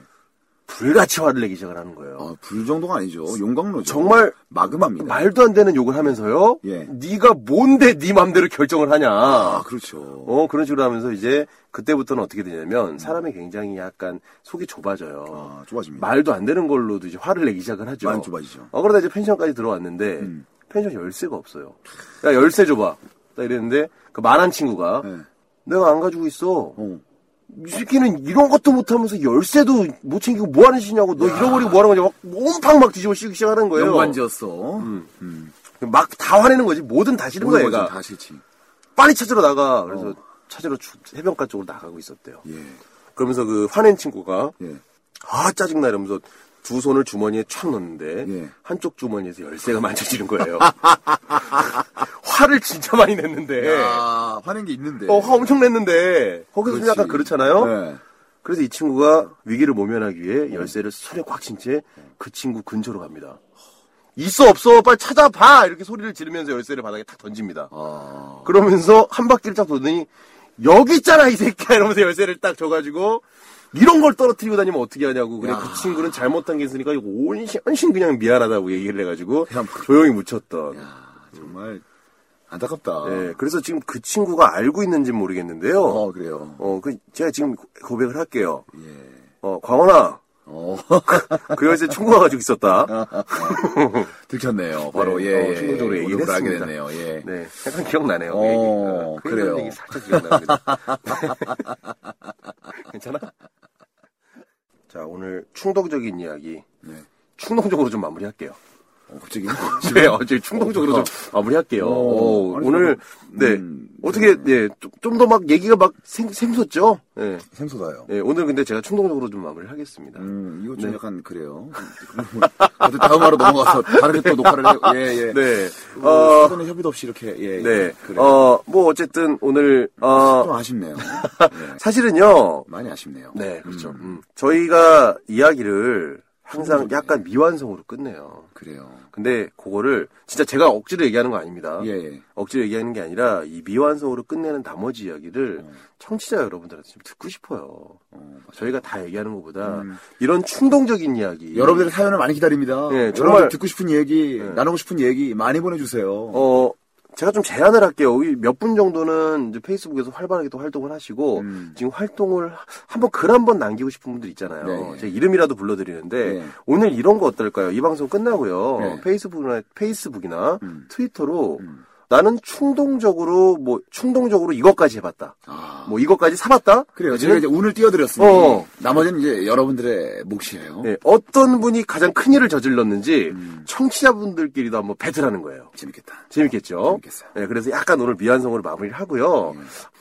C: 불같이 화를 내기 시작을 하는 거예요.
B: 아, 불 정도가 아니죠. 용광로죠.
C: 정말
B: 마그마입니다.
C: 말도 안 되는 욕을 하면서요.
B: 예.
C: 네가 뭔데 네 맘대로 결정을 하냐.
B: 아, 그렇죠.
C: 어 그런 식으로 하면서 이제 그때부터는 어떻게
B: 음.
C: 되냐면 사람이 굉장히 약간 속이 좁아져요.
B: 아, 좁아집니다.
C: 말도 안 되는 걸로도 이제 화를 내기 시작을 하죠.
B: 많이 음. 좁아지죠.
C: 어, 그러다 이제 펜션까지 들어왔는데 펜션 열쇠가 없어요. 야 열쇠 줘봐. 딱 이랬는데 그 말한 친구가
B: 네.
C: 내가 안 가지고 있어.
B: 어.
C: 이 새끼는 이런 것도 못하면서 열쇠도 못 챙기고 뭐 하는 짓이냐고 너 잃어버리고 뭐 하는 거냐 막 몸팡 막 뒤집어 씌우기 시작하는 거예요. 음.
B: 연관지었어.
C: 막 다 화내는 거지. 뭐든 다 싫은 거야
B: 모든
C: 얘가.
B: 거지 다 어. 싫지.
C: 빨리 찾으러 나가. 그래서 찾으러 주- 해변가 쪽으로 나가고 있었대요.
B: 예,
C: 그러면서 그 화낸 친구가
B: 예.
C: 아 짜증나 이러면서 두 손을 주머니에 촥 넣는데
B: 예.
C: 한쪽 주머니에서 열쇠가 만져지는 거예요. 화를 진짜 많이 냈는데
B: 야, 화낸 게 있는데.
C: 예. 어, 화 엄청 냈는데 거기서 좀
B: 그렇지.
C: 약간 그렇잖아요.
B: 네.
C: 그래서 이 친구가 위기를 모면하기 위해 열쇠를 손에 꽉 쥔 채 그 친구 근처로 갑니다. 있어 없어 빨리 찾아봐 이렇게 소리를 지르면서 열쇠를 바닥에 탁 던집니다.
B: 아,
C: 그러면서 한 바퀴를 딱 돌더니 여기 있잖아 이 새끼야 이러면서 열쇠를 딱 줘가지고 이런 걸 떨어뜨리고 다니면 어떻게 하냐고 그래 그 친구는 잘못한 게 있으니까 이거 온신 온신 그냥 미안하다고 얘기를 해가지고
B: 야,
C: 조용히 묻혔던
B: 아, 정말 안타깝다.
C: 예, 그래서 지금 그 친구가 알고 있는지 는 모르겠는데요
B: 어, 그래요.
C: 어, 그 제가 지금 고- 고백을 할게요
B: 예.
C: 어 광원아
B: 어,
C: 그 열쇠 친구가 가지고 있었다
B: 들켰네요. 바로,
C: 네,
B: 예.
C: 어,
B: 예.
C: 충동적으로 얘기를
B: 오늘 알게
C: 했습니다.
B: 됐네요. 예.
C: 네 약간 기억나네요
B: 어,
C: 그 얘기. 그
B: 그래요.
C: 얘기 살짝 기억납니다 괜찮아? 자 오늘 충동적인 이야기
B: 네.
C: 충동적으로 좀 마무리할게요.
B: 어, 갑자기.
C: 네, 어, 저희 충동적으로
B: 어,
C: 좀 마무리할게요.
B: 어,
C: 어,
B: 아니,
C: 오늘
B: 저도,
C: 네
B: 음,
C: 어떻게 좀 더 막 얘기가 막 샘, 샘솟죠. 네.
B: 샘솟아요.
C: 네, 오늘 근데 제가 충동적으로 좀 마무리하겠습니다.
B: 음, 이거 좀 약간 그래요. 어쨌든 다음 화로 넘어가서 다르게 또 녹화를 해. 예, 예.
C: 네,
B: 어,
C: 어,
B: 사전에 협의도 없이 이렇게, 예. 예.
C: 네,
B: 그래요.
C: 어, 뭐 어쨌든 오늘 어,
B: 좀 아쉽네요. 예.
C: 사실은요.
B: 많이 아쉽네요.
C: 네, 그렇죠.
B: 음,
C: 음, 저희가 이야기를 항상
B: 충동적이네.
C: 약간 미완성으로 끝내요.
B: 그래요.
C: 근데 그거를 진짜 제가 억지로 얘기하는 거 아닙니다.
B: 예, 예.
C: 억지로 얘기하는 게 아니라 이 미완성으로 끝내는 나머지 이야기를 청취자 여러분들한테 좀 듣고 싶어요.
B: 음. 어, 음.
C: 저희가 다 얘기하는 것보다 이런 충동적인 이야기.
B: 여러분들의 사연을 많이 기다립니다.
C: 네, 정말- 네.
B: 여러분들 듣고 싶은 얘기, 나누고 싶은 얘기 많이 보내주세요.
C: 어 제가 좀 제안을 할게요. 몇 분 정도는 이제 페이스북에서 활발하게 또 활동을 하시고
B: 음.
C: 지금 활동을 한번 글 한 번 남기고 싶은 분들 있잖아요.
B: 네.
C: 제가 이름이라도 불러드리는데
B: 네.
C: 오늘 이런 거 어떨까요? 이 방송 끝나고요.
B: 네.
C: 페이스북이나 페이스북이나
B: 음.
C: 트위터로
B: 음.
C: 나는 충동적으로 뭐 충동적으로 이것까지 해봤다.
B: 아,
C: 뭐 이것까지 사봤다.
B: 그래요. 제가 이제 운을 띄워드렸으니
C: 어.
B: 나머지는 이제 여러분들의 몫이에요.
C: 네, 어떤 분이 가장 큰 일을 저질렀는지
B: 음.
C: 청취자분들끼리도 한번 배틀하는 거예요.
B: 재밌겠다.
C: 재밌겠죠?
B: 재밌겠어요. 음,
C: 네, 그래서 약간 오늘 미완성으로 마무리를 하고요.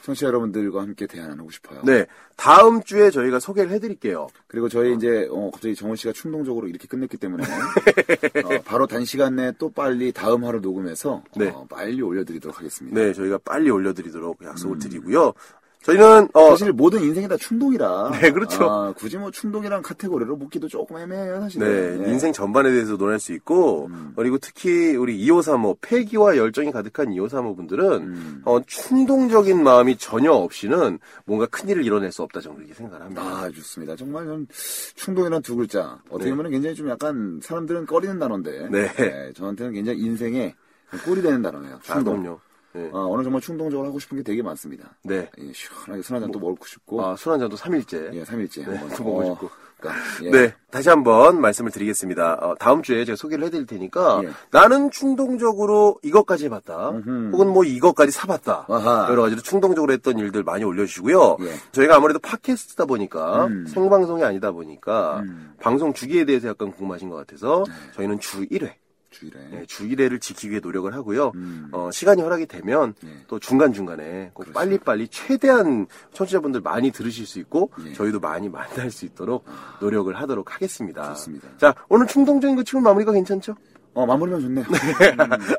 B: 청취자 여러분들과 함께 대화 나누고 싶어요.
C: 네, 다음 주에 저희가 소개를 해드릴게요.
B: 그리고 저희 이제 어, 갑자기 정원 씨가 충동적으로 이렇게 끝냈기 때문에 어, 바로 단시간 내에 또 빨리 다음 화로 녹음해서
C: 네.
B: 어, 빨리 올려드리도록 하겠습니다.
C: 네, 저희가 빨리 올려드리도록 약속을 드리고요. 저희는 어,
B: 음. 사실 모든 인생이 다 충동이라.
C: 네, 그렇죠.
B: 아, 굳이 뭐 충동이랑 카테고리로 묶기도 조금 애매해요, 사실.
C: 네, 인생 전반에 대해서 논할 수 있고,
B: 음.
C: 그리고 특히 우리 2535, 패기와 열정이 가득한 2535 분들은,
B: 음.
C: 어, 충동적인 마음이 전혀 없이는 뭔가 큰 일을 이뤄낼 수 없다 정도 이렇게 생각을 합니다.
B: 아, 좋습니다. 정말 저는 충동이란 두 글자. 어떻게
C: 네.
B: 보면 굉장히 좀 약간 사람들은 꺼리는 단어인데.
C: 네.
B: 저한테는 굉장히 인생에 꿀이 되는 단어예요.
C: 아,
B: 충동.
C: 그럼요. 네.
B: 어, 오늘 정말 충동적으로 하고 싶은 게 되게 많습니다.
C: 네.
B: 예, 시원하게 술 한잔 또 먹고 싶고.
C: 아, 술 한잔도 3일째.
B: 예, 3일째.
C: 네,
B: 한번
C: 또 먹고 싶고.
B: 그러니까, 예.
C: 네, 다시 한번 말씀을 드리겠습니다. 어, 다음 주에 제가 소개를 해드릴 테니까
B: 예.
C: 나는 충동적으로 이것까지 해봤다, 혹은 뭐 이것까지 사봤다
B: 아하.
C: 여러 가지로 충동적으로 했던 일들 많이 올려주시고요.
B: 예.
C: 저희가 아무래도 팟캐스트다 보니까
B: 음.
C: 생방송이 아니다 보니까
B: 음. 네.
C: 방송 주기에 대해서 약간 궁금하신 것 같아서 저희는 주 1회.
B: 주일에.
C: 예, 주 1회를 지키기 위해 노력을 하고요.
B: 음.
C: 어, 시간이 허락이 되면
B: 예.
C: 또 중간중간에
B: 그렇죠.
C: 꼭 빨리빨리 최대한 청취자분들 많이 들으실 수 있고
B: 예.
C: 저희도 많이 만날 수 있도록 노력을 하도록 하겠습니다.
B: 아. 좋습니다.
C: 자, 오늘 충동적인 것 치고 마무리가 괜찮죠?
B: 어, 마무리면 좋네요.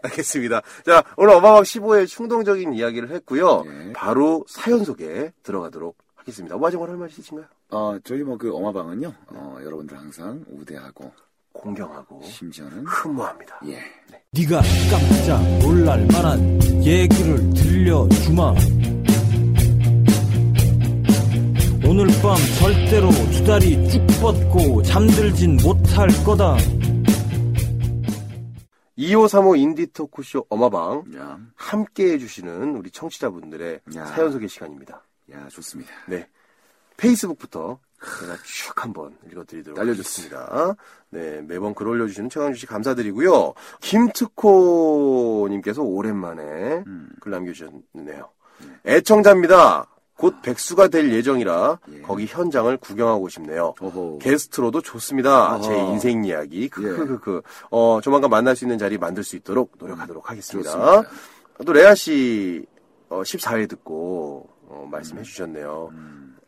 C: 알겠습니다. 자, 오늘 어마박 15회 충동적인 이야기를 했고요.
B: 예.
C: 바로 사연 소개 들어가도록 하겠습니다. 뭐 오마정은 할말 있으신가요?
B: 어, 저희 뭐 그 어마방은요. 어, 여러분들 항상 우대하고
C: 공경하고
B: 심지어는
C: 흠모합니다.
B: 예.
F: 네가 깜짝 놀랄 만한 얘기를 들려주마 오늘 밤 절대로 두 다리 쭉 뻗고 잠들진 못할 거다
C: 2535 인디토크쇼 어마방
B: 야,
C: 함께 해주시는 우리 청취자분들의
B: 야.
C: 사연 소개 시간입니다.
B: 야, 좋습니다.
C: 네. 페이스북부터 제가 쭉 한번 읽어드리도록
B: 알려주세요.
C: 하겠습니다. 네, 매번 글 올려주시는 최강주 씨 감사드리고요. 김특호님께서 오랜만에 글 음. 남겨주셨네요. 애청자입니다. 곧 백수가 될 예정이라
B: 예.
C: 거기 현장을 구경하고 싶네요.
B: 어허.
C: 게스트로도 좋습니다.
B: 어허.
C: 제 인생 이야기.
B: 예.
C: 크크크크. 어, 조만간 만날 수 있는 자리 만들 수 있도록 노력하도록 하겠습니다.
B: 좋습니다. 음.
C: 또 레아 씨 어, 14회 듣고 어, 말씀해 주셨네요.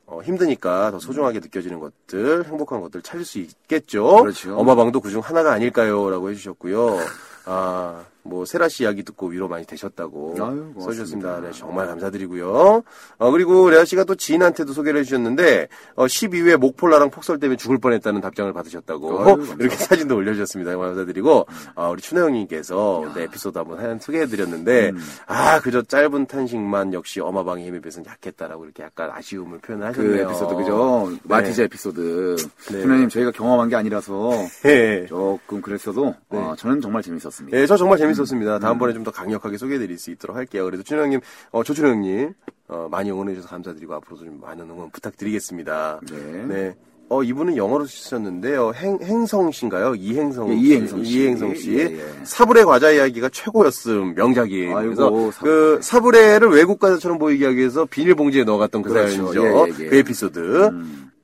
C: 어, 힘드니까 더 소중하게 느껴지는 것들, 행복한 것들 찾을 수 있겠죠.
B: 그렇죠.
C: 엄마방도 그중 하나가 아닐까요?라고 해주셨고요. 아, 뭐 세라 씨 이야기 듣고 위로 많이 되셨다고
B: 아유, 고맙습니다.
C: 써주셨습니다. 네, 정말 감사드리고요. 어, 그리고 레아 씨가 또 지인한테도 소개를 해주셨는데 어, 12회 목폴라랑 폭설 때문에 죽을 뻔했다는 답장을 받으셨다고
B: 아유, 감사합니다.
C: 이렇게 사진도 올려주셨습니다. 정말 감사드리고 아, 우리 춘혜 형님께서 네, 에피소드 한번 사연 소개해드렸는데
B: 음.
C: 아 그저 짧은 탄식만 역시 엄마방의 힘에 비해서는 약했다라고 이렇게 약간 아쉬움을 표현을
B: 그
C: 하셨네요.
B: 에피소드 그죠?
C: 네.
B: 마티즈 에피소드.
C: 네.
B: 선생님 저희가 경험한 게 아니라서
C: 네.
B: 조금 그랬어도 아, 저는 정말 재밌었습니다.
C: 예, 저 정말 재밌었습니다. 다음번에 좀 더 강력하게 소개해드릴 수 있도록 할게요. 그래서 준영 형님, 어, 조준영 형님, 어, 많이 응원해주셔서 감사드리고 앞으로도 좀 많은 응원 부탁드리겠습니다.
B: 네.
C: 어, 이분은 영어로 쓰셨는데요. 행, 행성 씨인가요? 이행성
B: 예,
C: 씨.
B: 이행성 씨.
C: 이행성 씨.
B: 예, 예.
C: 사브레 과자 이야기가 최고였음, 명작이에요.
B: 아이고,
C: 그래서
B: 사브레.
C: 그 사브레를 외국 과자처럼 보이게 하기 위해서 비닐봉지에 넣어갔던 그
B: 그렇죠.
C: 사연이죠.
B: 예, 예, 예.
C: 그 에피소드.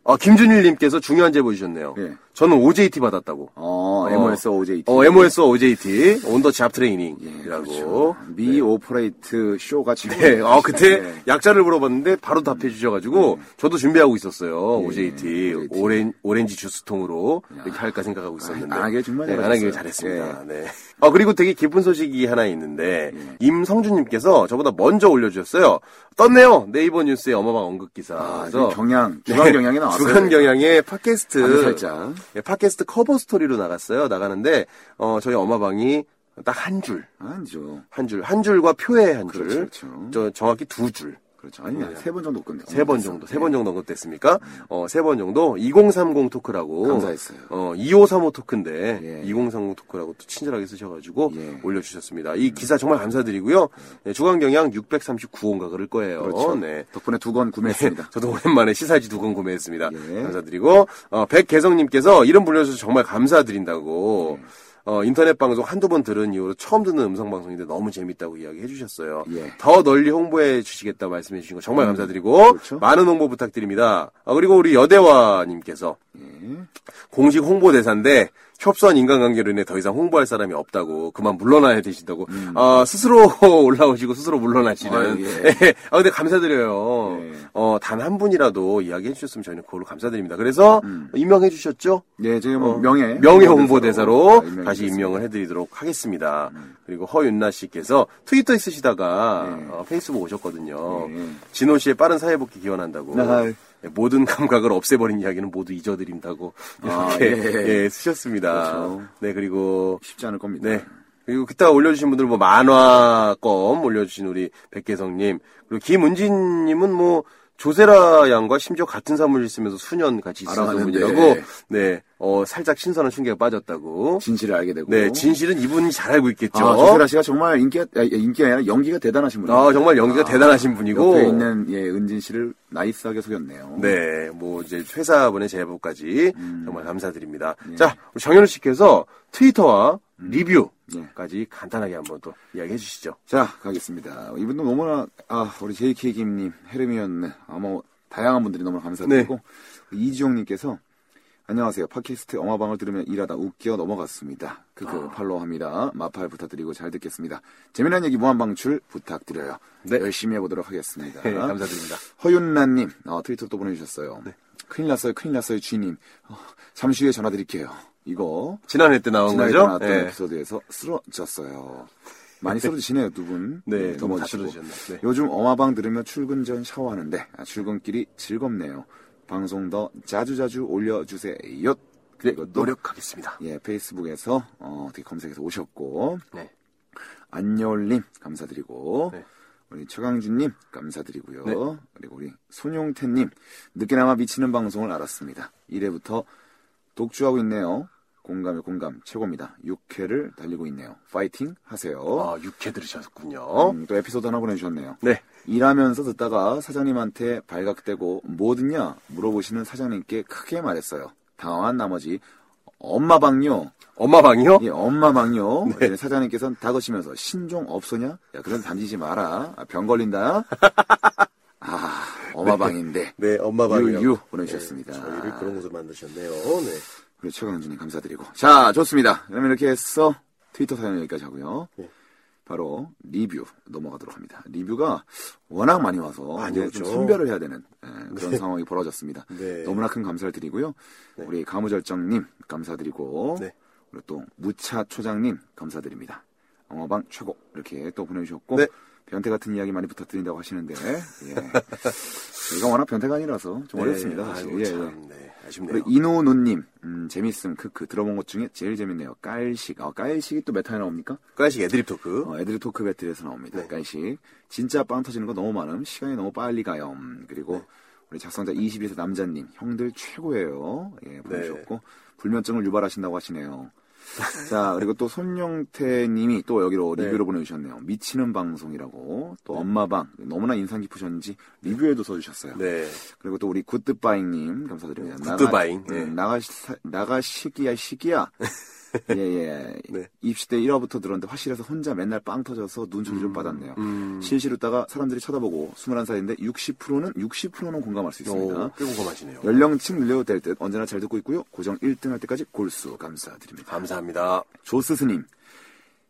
C: 어, 김준일님께서 중요한 제보 주셨네요.
B: 예.
C: 저는 OJT 받았다고.
B: 어, MOS OJT.
C: 어, MOS OJT. 온더 잡
B: 예,
C: 트레이닝이라고.
B: 미 오퍼레이트 쇼가 지금.
C: 그렇죠. 네, 아, 그때
B: 그렇죠. 네.
C: 약자를 물어봤는데 바로 답해 주셔가지고 저도 준비하고
B: 예,
C: 있었어요. OJT.
B: OJT.
C: 오렌, 오렌지 주스통으로 이렇게 할까 생각하고 있었는데.
B: 아, 안 하길 정말
C: 네, 안
B: 잘하셨어요. 예.
C: 하길 잘했습니다. 네. 아, 그리고 되게 기쁜 소식이 하나 있는데 임성준님께서 저보다 먼저 올려주셨어요. 떴네요. 네이버 뉴스의 어마방 언급기사.
B: 아, 지금 경향, 주간 경향이 나왔어요.
C: 네. 주간 경향의 팟캐스트
B: 아주 살짝.
C: 예, 팟캐스트 커버 스토리로 나갔어요. 나가는데 어, 저희 엄마방이 딱 한 줄,
B: 아니죠.
C: 한 줄, 한 줄과 표의 한 줄,
B: 그렇죠, 그렇죠.
C: 저 정확히 두 줄.
B: 그렇죠. 아니면 세 번 정도 끝냈어요.
C: 네. 세 번 정도, 세 번
B: 네.
C: 정도 언급됐습니까? 어, 세 번 정도, 2030 토크라고.
B: 감사했어요.
C: 어, 2535 토크인데,
B: 예.
C: 2030 토크라고 또 친절하게 쓰셔가지고,
B: 예. 음.
C: 올려주셨습니다. 이 기사 정말 감사드리고요. 네, 주간경향 639호인가 그럴 거예요.
B: 그렇죠.
C: 네.
B: 덕분에 두 권 구매했습니다.
C: 저도 오랜만에 시사지 두 권 구매했습니다.
B: 예.
C: 감사드리고 어, 백개성님께서 이름 불려주셔서 정말 감사드린다고
B: 예.
C: 어, 인터넷 방송 한두 번 들은 이후로 처음 듣는 음성 방송인데 너무 재밌다고 이야기해 주셨어요.
B: 예.
C: 더 널리 홍보해 주시겠다 말씀해 주신 거 정말 감사드리고
B: 그렇죠.
C: 많은 홍보 부탁드립니다. 아, 그리고 우리 여대화님께서
B: 예.
C: 공식 홍보 대사인데 협소한 인간관계로 인해 더 이상 홍보할 사람이 없다고 그만 물러나야 되신다고 아, 스스로 올라오시고 스스로 물러나시는
B: 음. 아유, 예.
C: 예. 아, 근데 감사드려요.
B: 네.
C: 어, 단 한 분이라도 이야기해 주셨으면 저희는 그걸로 감사드립니다. 그래서
B: 음.
C: 임명해 주셨죠?
B: 예, 저희 뭐
C: 어,
B: 명예.
C: 명예 홍보대사로
B: 아, 임명이
C: 다시
B: 됐습니다. 음.
C: 임명을 해드리도록 하겠습니다. 그리고 허윤나 씨께서 트위터 있으시다가 어, 페이스북 오셨거든요.
B: 네.
C: 진호 씨의 빠른 사회복귀 기원한다고.
B: 아유.
C: 네, 모든 감각을 없애버린 이야기는 모두 잊어드린다고
B: 아,
C: 이렇게
B: 예.
C: 예, 쓰셨습니다.
B: 그렇죠.
C: 네 그리고
B: 쉽지 않을 겁니다.
C: 네. 그리고 그따 올려주신 분들 뭐 만화껌 올려주신 우리 백계성님 그리고 김은진님은 뭐 조세라 양과 심지어 같은 사무실 쓰면서 수년 같이 있었던
B: 알아봤는데.
C: 분이라고 네, 어 살짝 신선한 충격에 빠졌다고.
B: 진실을 알게 되고.
C: 네, 진실은 이분이 잘 알고 있겠죠.
B: 아, 조세라 씨가 정말 인기가, 아, 인기가 아니라 연기가 대단하신 분이에요.
C: 어? 아, 정말 연기가 대단하신 분이고.
B: 옆에 있는, 예, 은진 씨를 나이스하게 속였네요.
C: 네, 뭐 이제 회사분의 제보까지
B: 음.
C: 정말 감사드립니다.
B: 네.
C: 자, 우리 정현우 씨께서 트위터와
B: 음. 네.
C: 리뷰까지 간단하게 한번 또 이야기해 주시죠.
B: 자, 가겠습니다. 이분도 너무나, 아, 우리 JK 김님, 헤르미언, 네. 아마 뭐, 다양한 분들이 너무나 감사드리고,
C: 네.
B: 이지용님께서, 안녕하세요. 팟캐스트 어마방을 들으면 일하다 웃겨 넘어갔습니다.
C: 아.
B: 그그 팔로우합니다. 마팔 부탁드리고 잘 듣겠습니다. 재미난 얘기 무한방출 부탁드려요.
C: 네.
B: 열심히 해보도록 하겠습니다.
C: 네, 감사드립니다. 네.
B: 허윤나님, 어, 트위터 또 보내주셨어요. 큰일 났어요, 큰일 났어요, 주인님. 어, 잠시 후에 전화드릴게요. 이거
C: 지난해 때 나온
B: 지난해
C: 거죠?
B: 나왔던
C: 예.
B: 에피소드에서 쓰러졌어요. 많이 쓰러지시네요, 두 분.
C: 네,
B: 더
C: 좀
B: 멋
C: 다
B: 지고
C: 쓰러지셨네. 네.
B: 요즘 어마방 들으며 출근 전 샤워하는데 아, 출근길이 즐겁네요. 방송 더 자주자주 올려주세요.
C: 네,
B: 그리고 또,
C: 노력하겠습니다.
B: 예, 페이스북에서 어, 어떻게 검색해서 오셨고
C: 네.
B: 안여울님 감사드리고
C: 네.
B: 우리 최강준님 감사드리고요.
C: 네.
B: 그리고 우리 손용태님 늦게나마 미치는 방송을 알았습니다. 1회부터 독주하고 있네요. 공감의 공감 최고입니다. 6회를 달리고 있네요. 파이팅 하세요.
C: 아, 육회 들으셨군요.
B: 음, 또 에피소드 하나 보내주셨네요.
C: 아. 네.
B: 일하면서 듣다가 사장님한테 발각되고 뭐 듣냐 물어보시는 사장님께 크게 말했어요. 당황한 나머지 엄마 방요.
C: 엄마 방이요?
B: 예, 엄마 막요.
C: 네.
B: 예, 사장님께서는 다그치면서 신종 없소냐? 야, 그럼 담지지 마라. 아, 병 걸린다. 아, 엄마 방인데.
C: 네, 엄마
B: 방이요. 예, 유유 보내주셨습니다.
C: 곳으로 만드셨네요. 네.
B: 우리
C: 네.
B: 최강준님 감사드리고. 자, 좋습니다. 그러면 이렇게 해서 트위터 사연 여기까지 하고요. 바로 리뷰 넘어가도록 합니다. 리뷰가 워낙 많이 와서
C: 많이
B: 이제 좀
C: 오죠.
B: 선별을 해야 되는 예, 그런 상황이 벌어졌습니다.
C: 그렇죠. 네.
B: 너무나 큰 감사를 드리고요. 우리 가무절정님 감사드리고
C: 네.
B: 그리고 또 무차 초장님 감사드립니다. 어마방 최고 이렇게 또 보내주셨고
C: 네.
B: 변태 같은 이야기 많이 부탁드린다고 하시는데 예. 저희가 워낙 변태가 아니라서 좀 어렵습니다. 사실.
C: 네, 아이고,
B: 예, 예.
C: 참, 네, 아쉽네요.
B: 그리고 이노노님, 음, 재밌음, 크크. 들어본 것 중에 제일 재밌네요. 깔식. 아, 깔식이 또 메타에 나옵니까?
C: 클래식 애드립 토크.
B: 어, 애들이 토크 배틀에서 나옵니다.
C: 네.
B: 깔식. 진짜 빵 터지는 거 너무 많음. 시간이 너무 빨리 가요. 음, 그리고
C: 네.
B: 우리 작성자 22세 남자님, 형들 최고예요.
C: 네.
B: 예, 보내주셨고. 불면증을 유발하신다고 하시네요. 자, 그리고 또 손영태 님이 또 여기로 리뷰를 보내주셨네요. 미치는 방송이라고. 또 엄마방. 너무나 인상 깊으셨는지 리뷰에도 써주셨어요.
C: 네.
B: 그리고 또 우리 굿드바잉님 감사드립니다.
C: 굿드바잉,
B: 나가,
C: 예.
B: 음, 나가 사- 나가 시기야 시기야. 예예.
C: 네.
B: 입시 때 1화부터 들었는데 화실에서 혼자 맨날 빵 터져서 눈초리
C: 음,
B: 좀 받았네요. 실실 웃다가 사람들이 쳐다보고 21살인데 60%는 60%는 공감할 수 있습니다.
C: 오, 꽤 궁금하시네요.
B: 연령층 늘려도 될 듯 언제나 잘 듣고 있고요. 고정 1등 할 때까지 골수 감사드립니다.
C: 감사합니다.
B: 조스스님.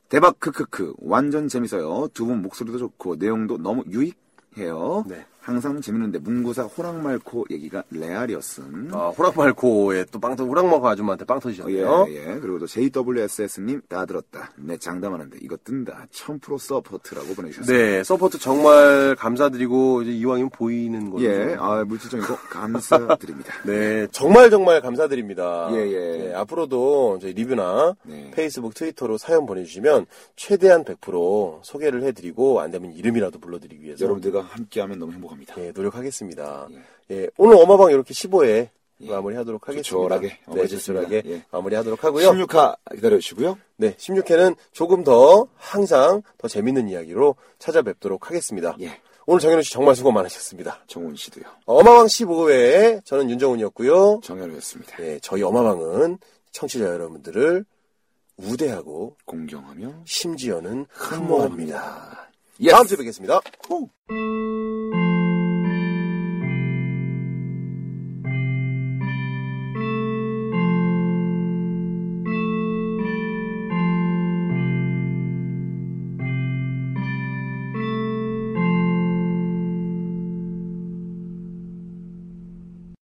B: 대박 크크크 완전 재밌어요. 두 분 목소리도 좋고 내용도 너무 유익해요.
C: 네.
B: 항상 재밌는데 문구사 호랑말코 얘기가 레알이었음.
C: 아, 호락말코에 또 빵터, 호락말코 아줌마한테 빵
B: 예,
C: 터지셨네요.
B: 예. 그리고 또 JWSS님 다 들었다. 내 장담하는데 이거 뜬다. 1000% 서포트라고 보내주셨어요.
C: 네, 서포트 정말 감사드리고, 이제 이왕이면 보이는 걸로.
B: 예, 아 물질적인 거 감사드립니다.
C: 네, 정말 정말 감사드립니다.
B: 예, 예.
C: 네, 앞으로도 저희 리뷰나
B: 네.
C: 페이스북, 트위터로 사연 보내주시면 최대한 100% 소개를 해드리고 안 되면 이름이라도 불러드리기 위해서
B: 여러분들과 함께하면 너무 행복합니다.
C: 예, 노력하겠습니다. 예, 오늘 어마방 이렇게 15회 마무리하도록 하겠습니다.
B: 예. 조촐하게
C: 네,
B: 마무리하겠습니다.
C: 조촐하게
B: 예.
C: 마무리하도록 하고요.
B: 16화 기다려주시고요.
C: 네, 16회는 조금 더 항상 더 재밌는 이야기로 찾아뵙도록 하겠습니다.
B: 예.
C: 오늘 정현우 씨 정말 수고 많으셨습니다.
B: 정훈 씨도요.
C: 어마방 15회에 저는 윤정훈이었고요.
B: 정현우였습니다.
C: 예, 저희 어마방은 청취자 여러분들을 우대하고
B: 공경하며
C: 심지어는 흠모합니다.
B: 예.
C: 다음 주에 뵙겠습니다.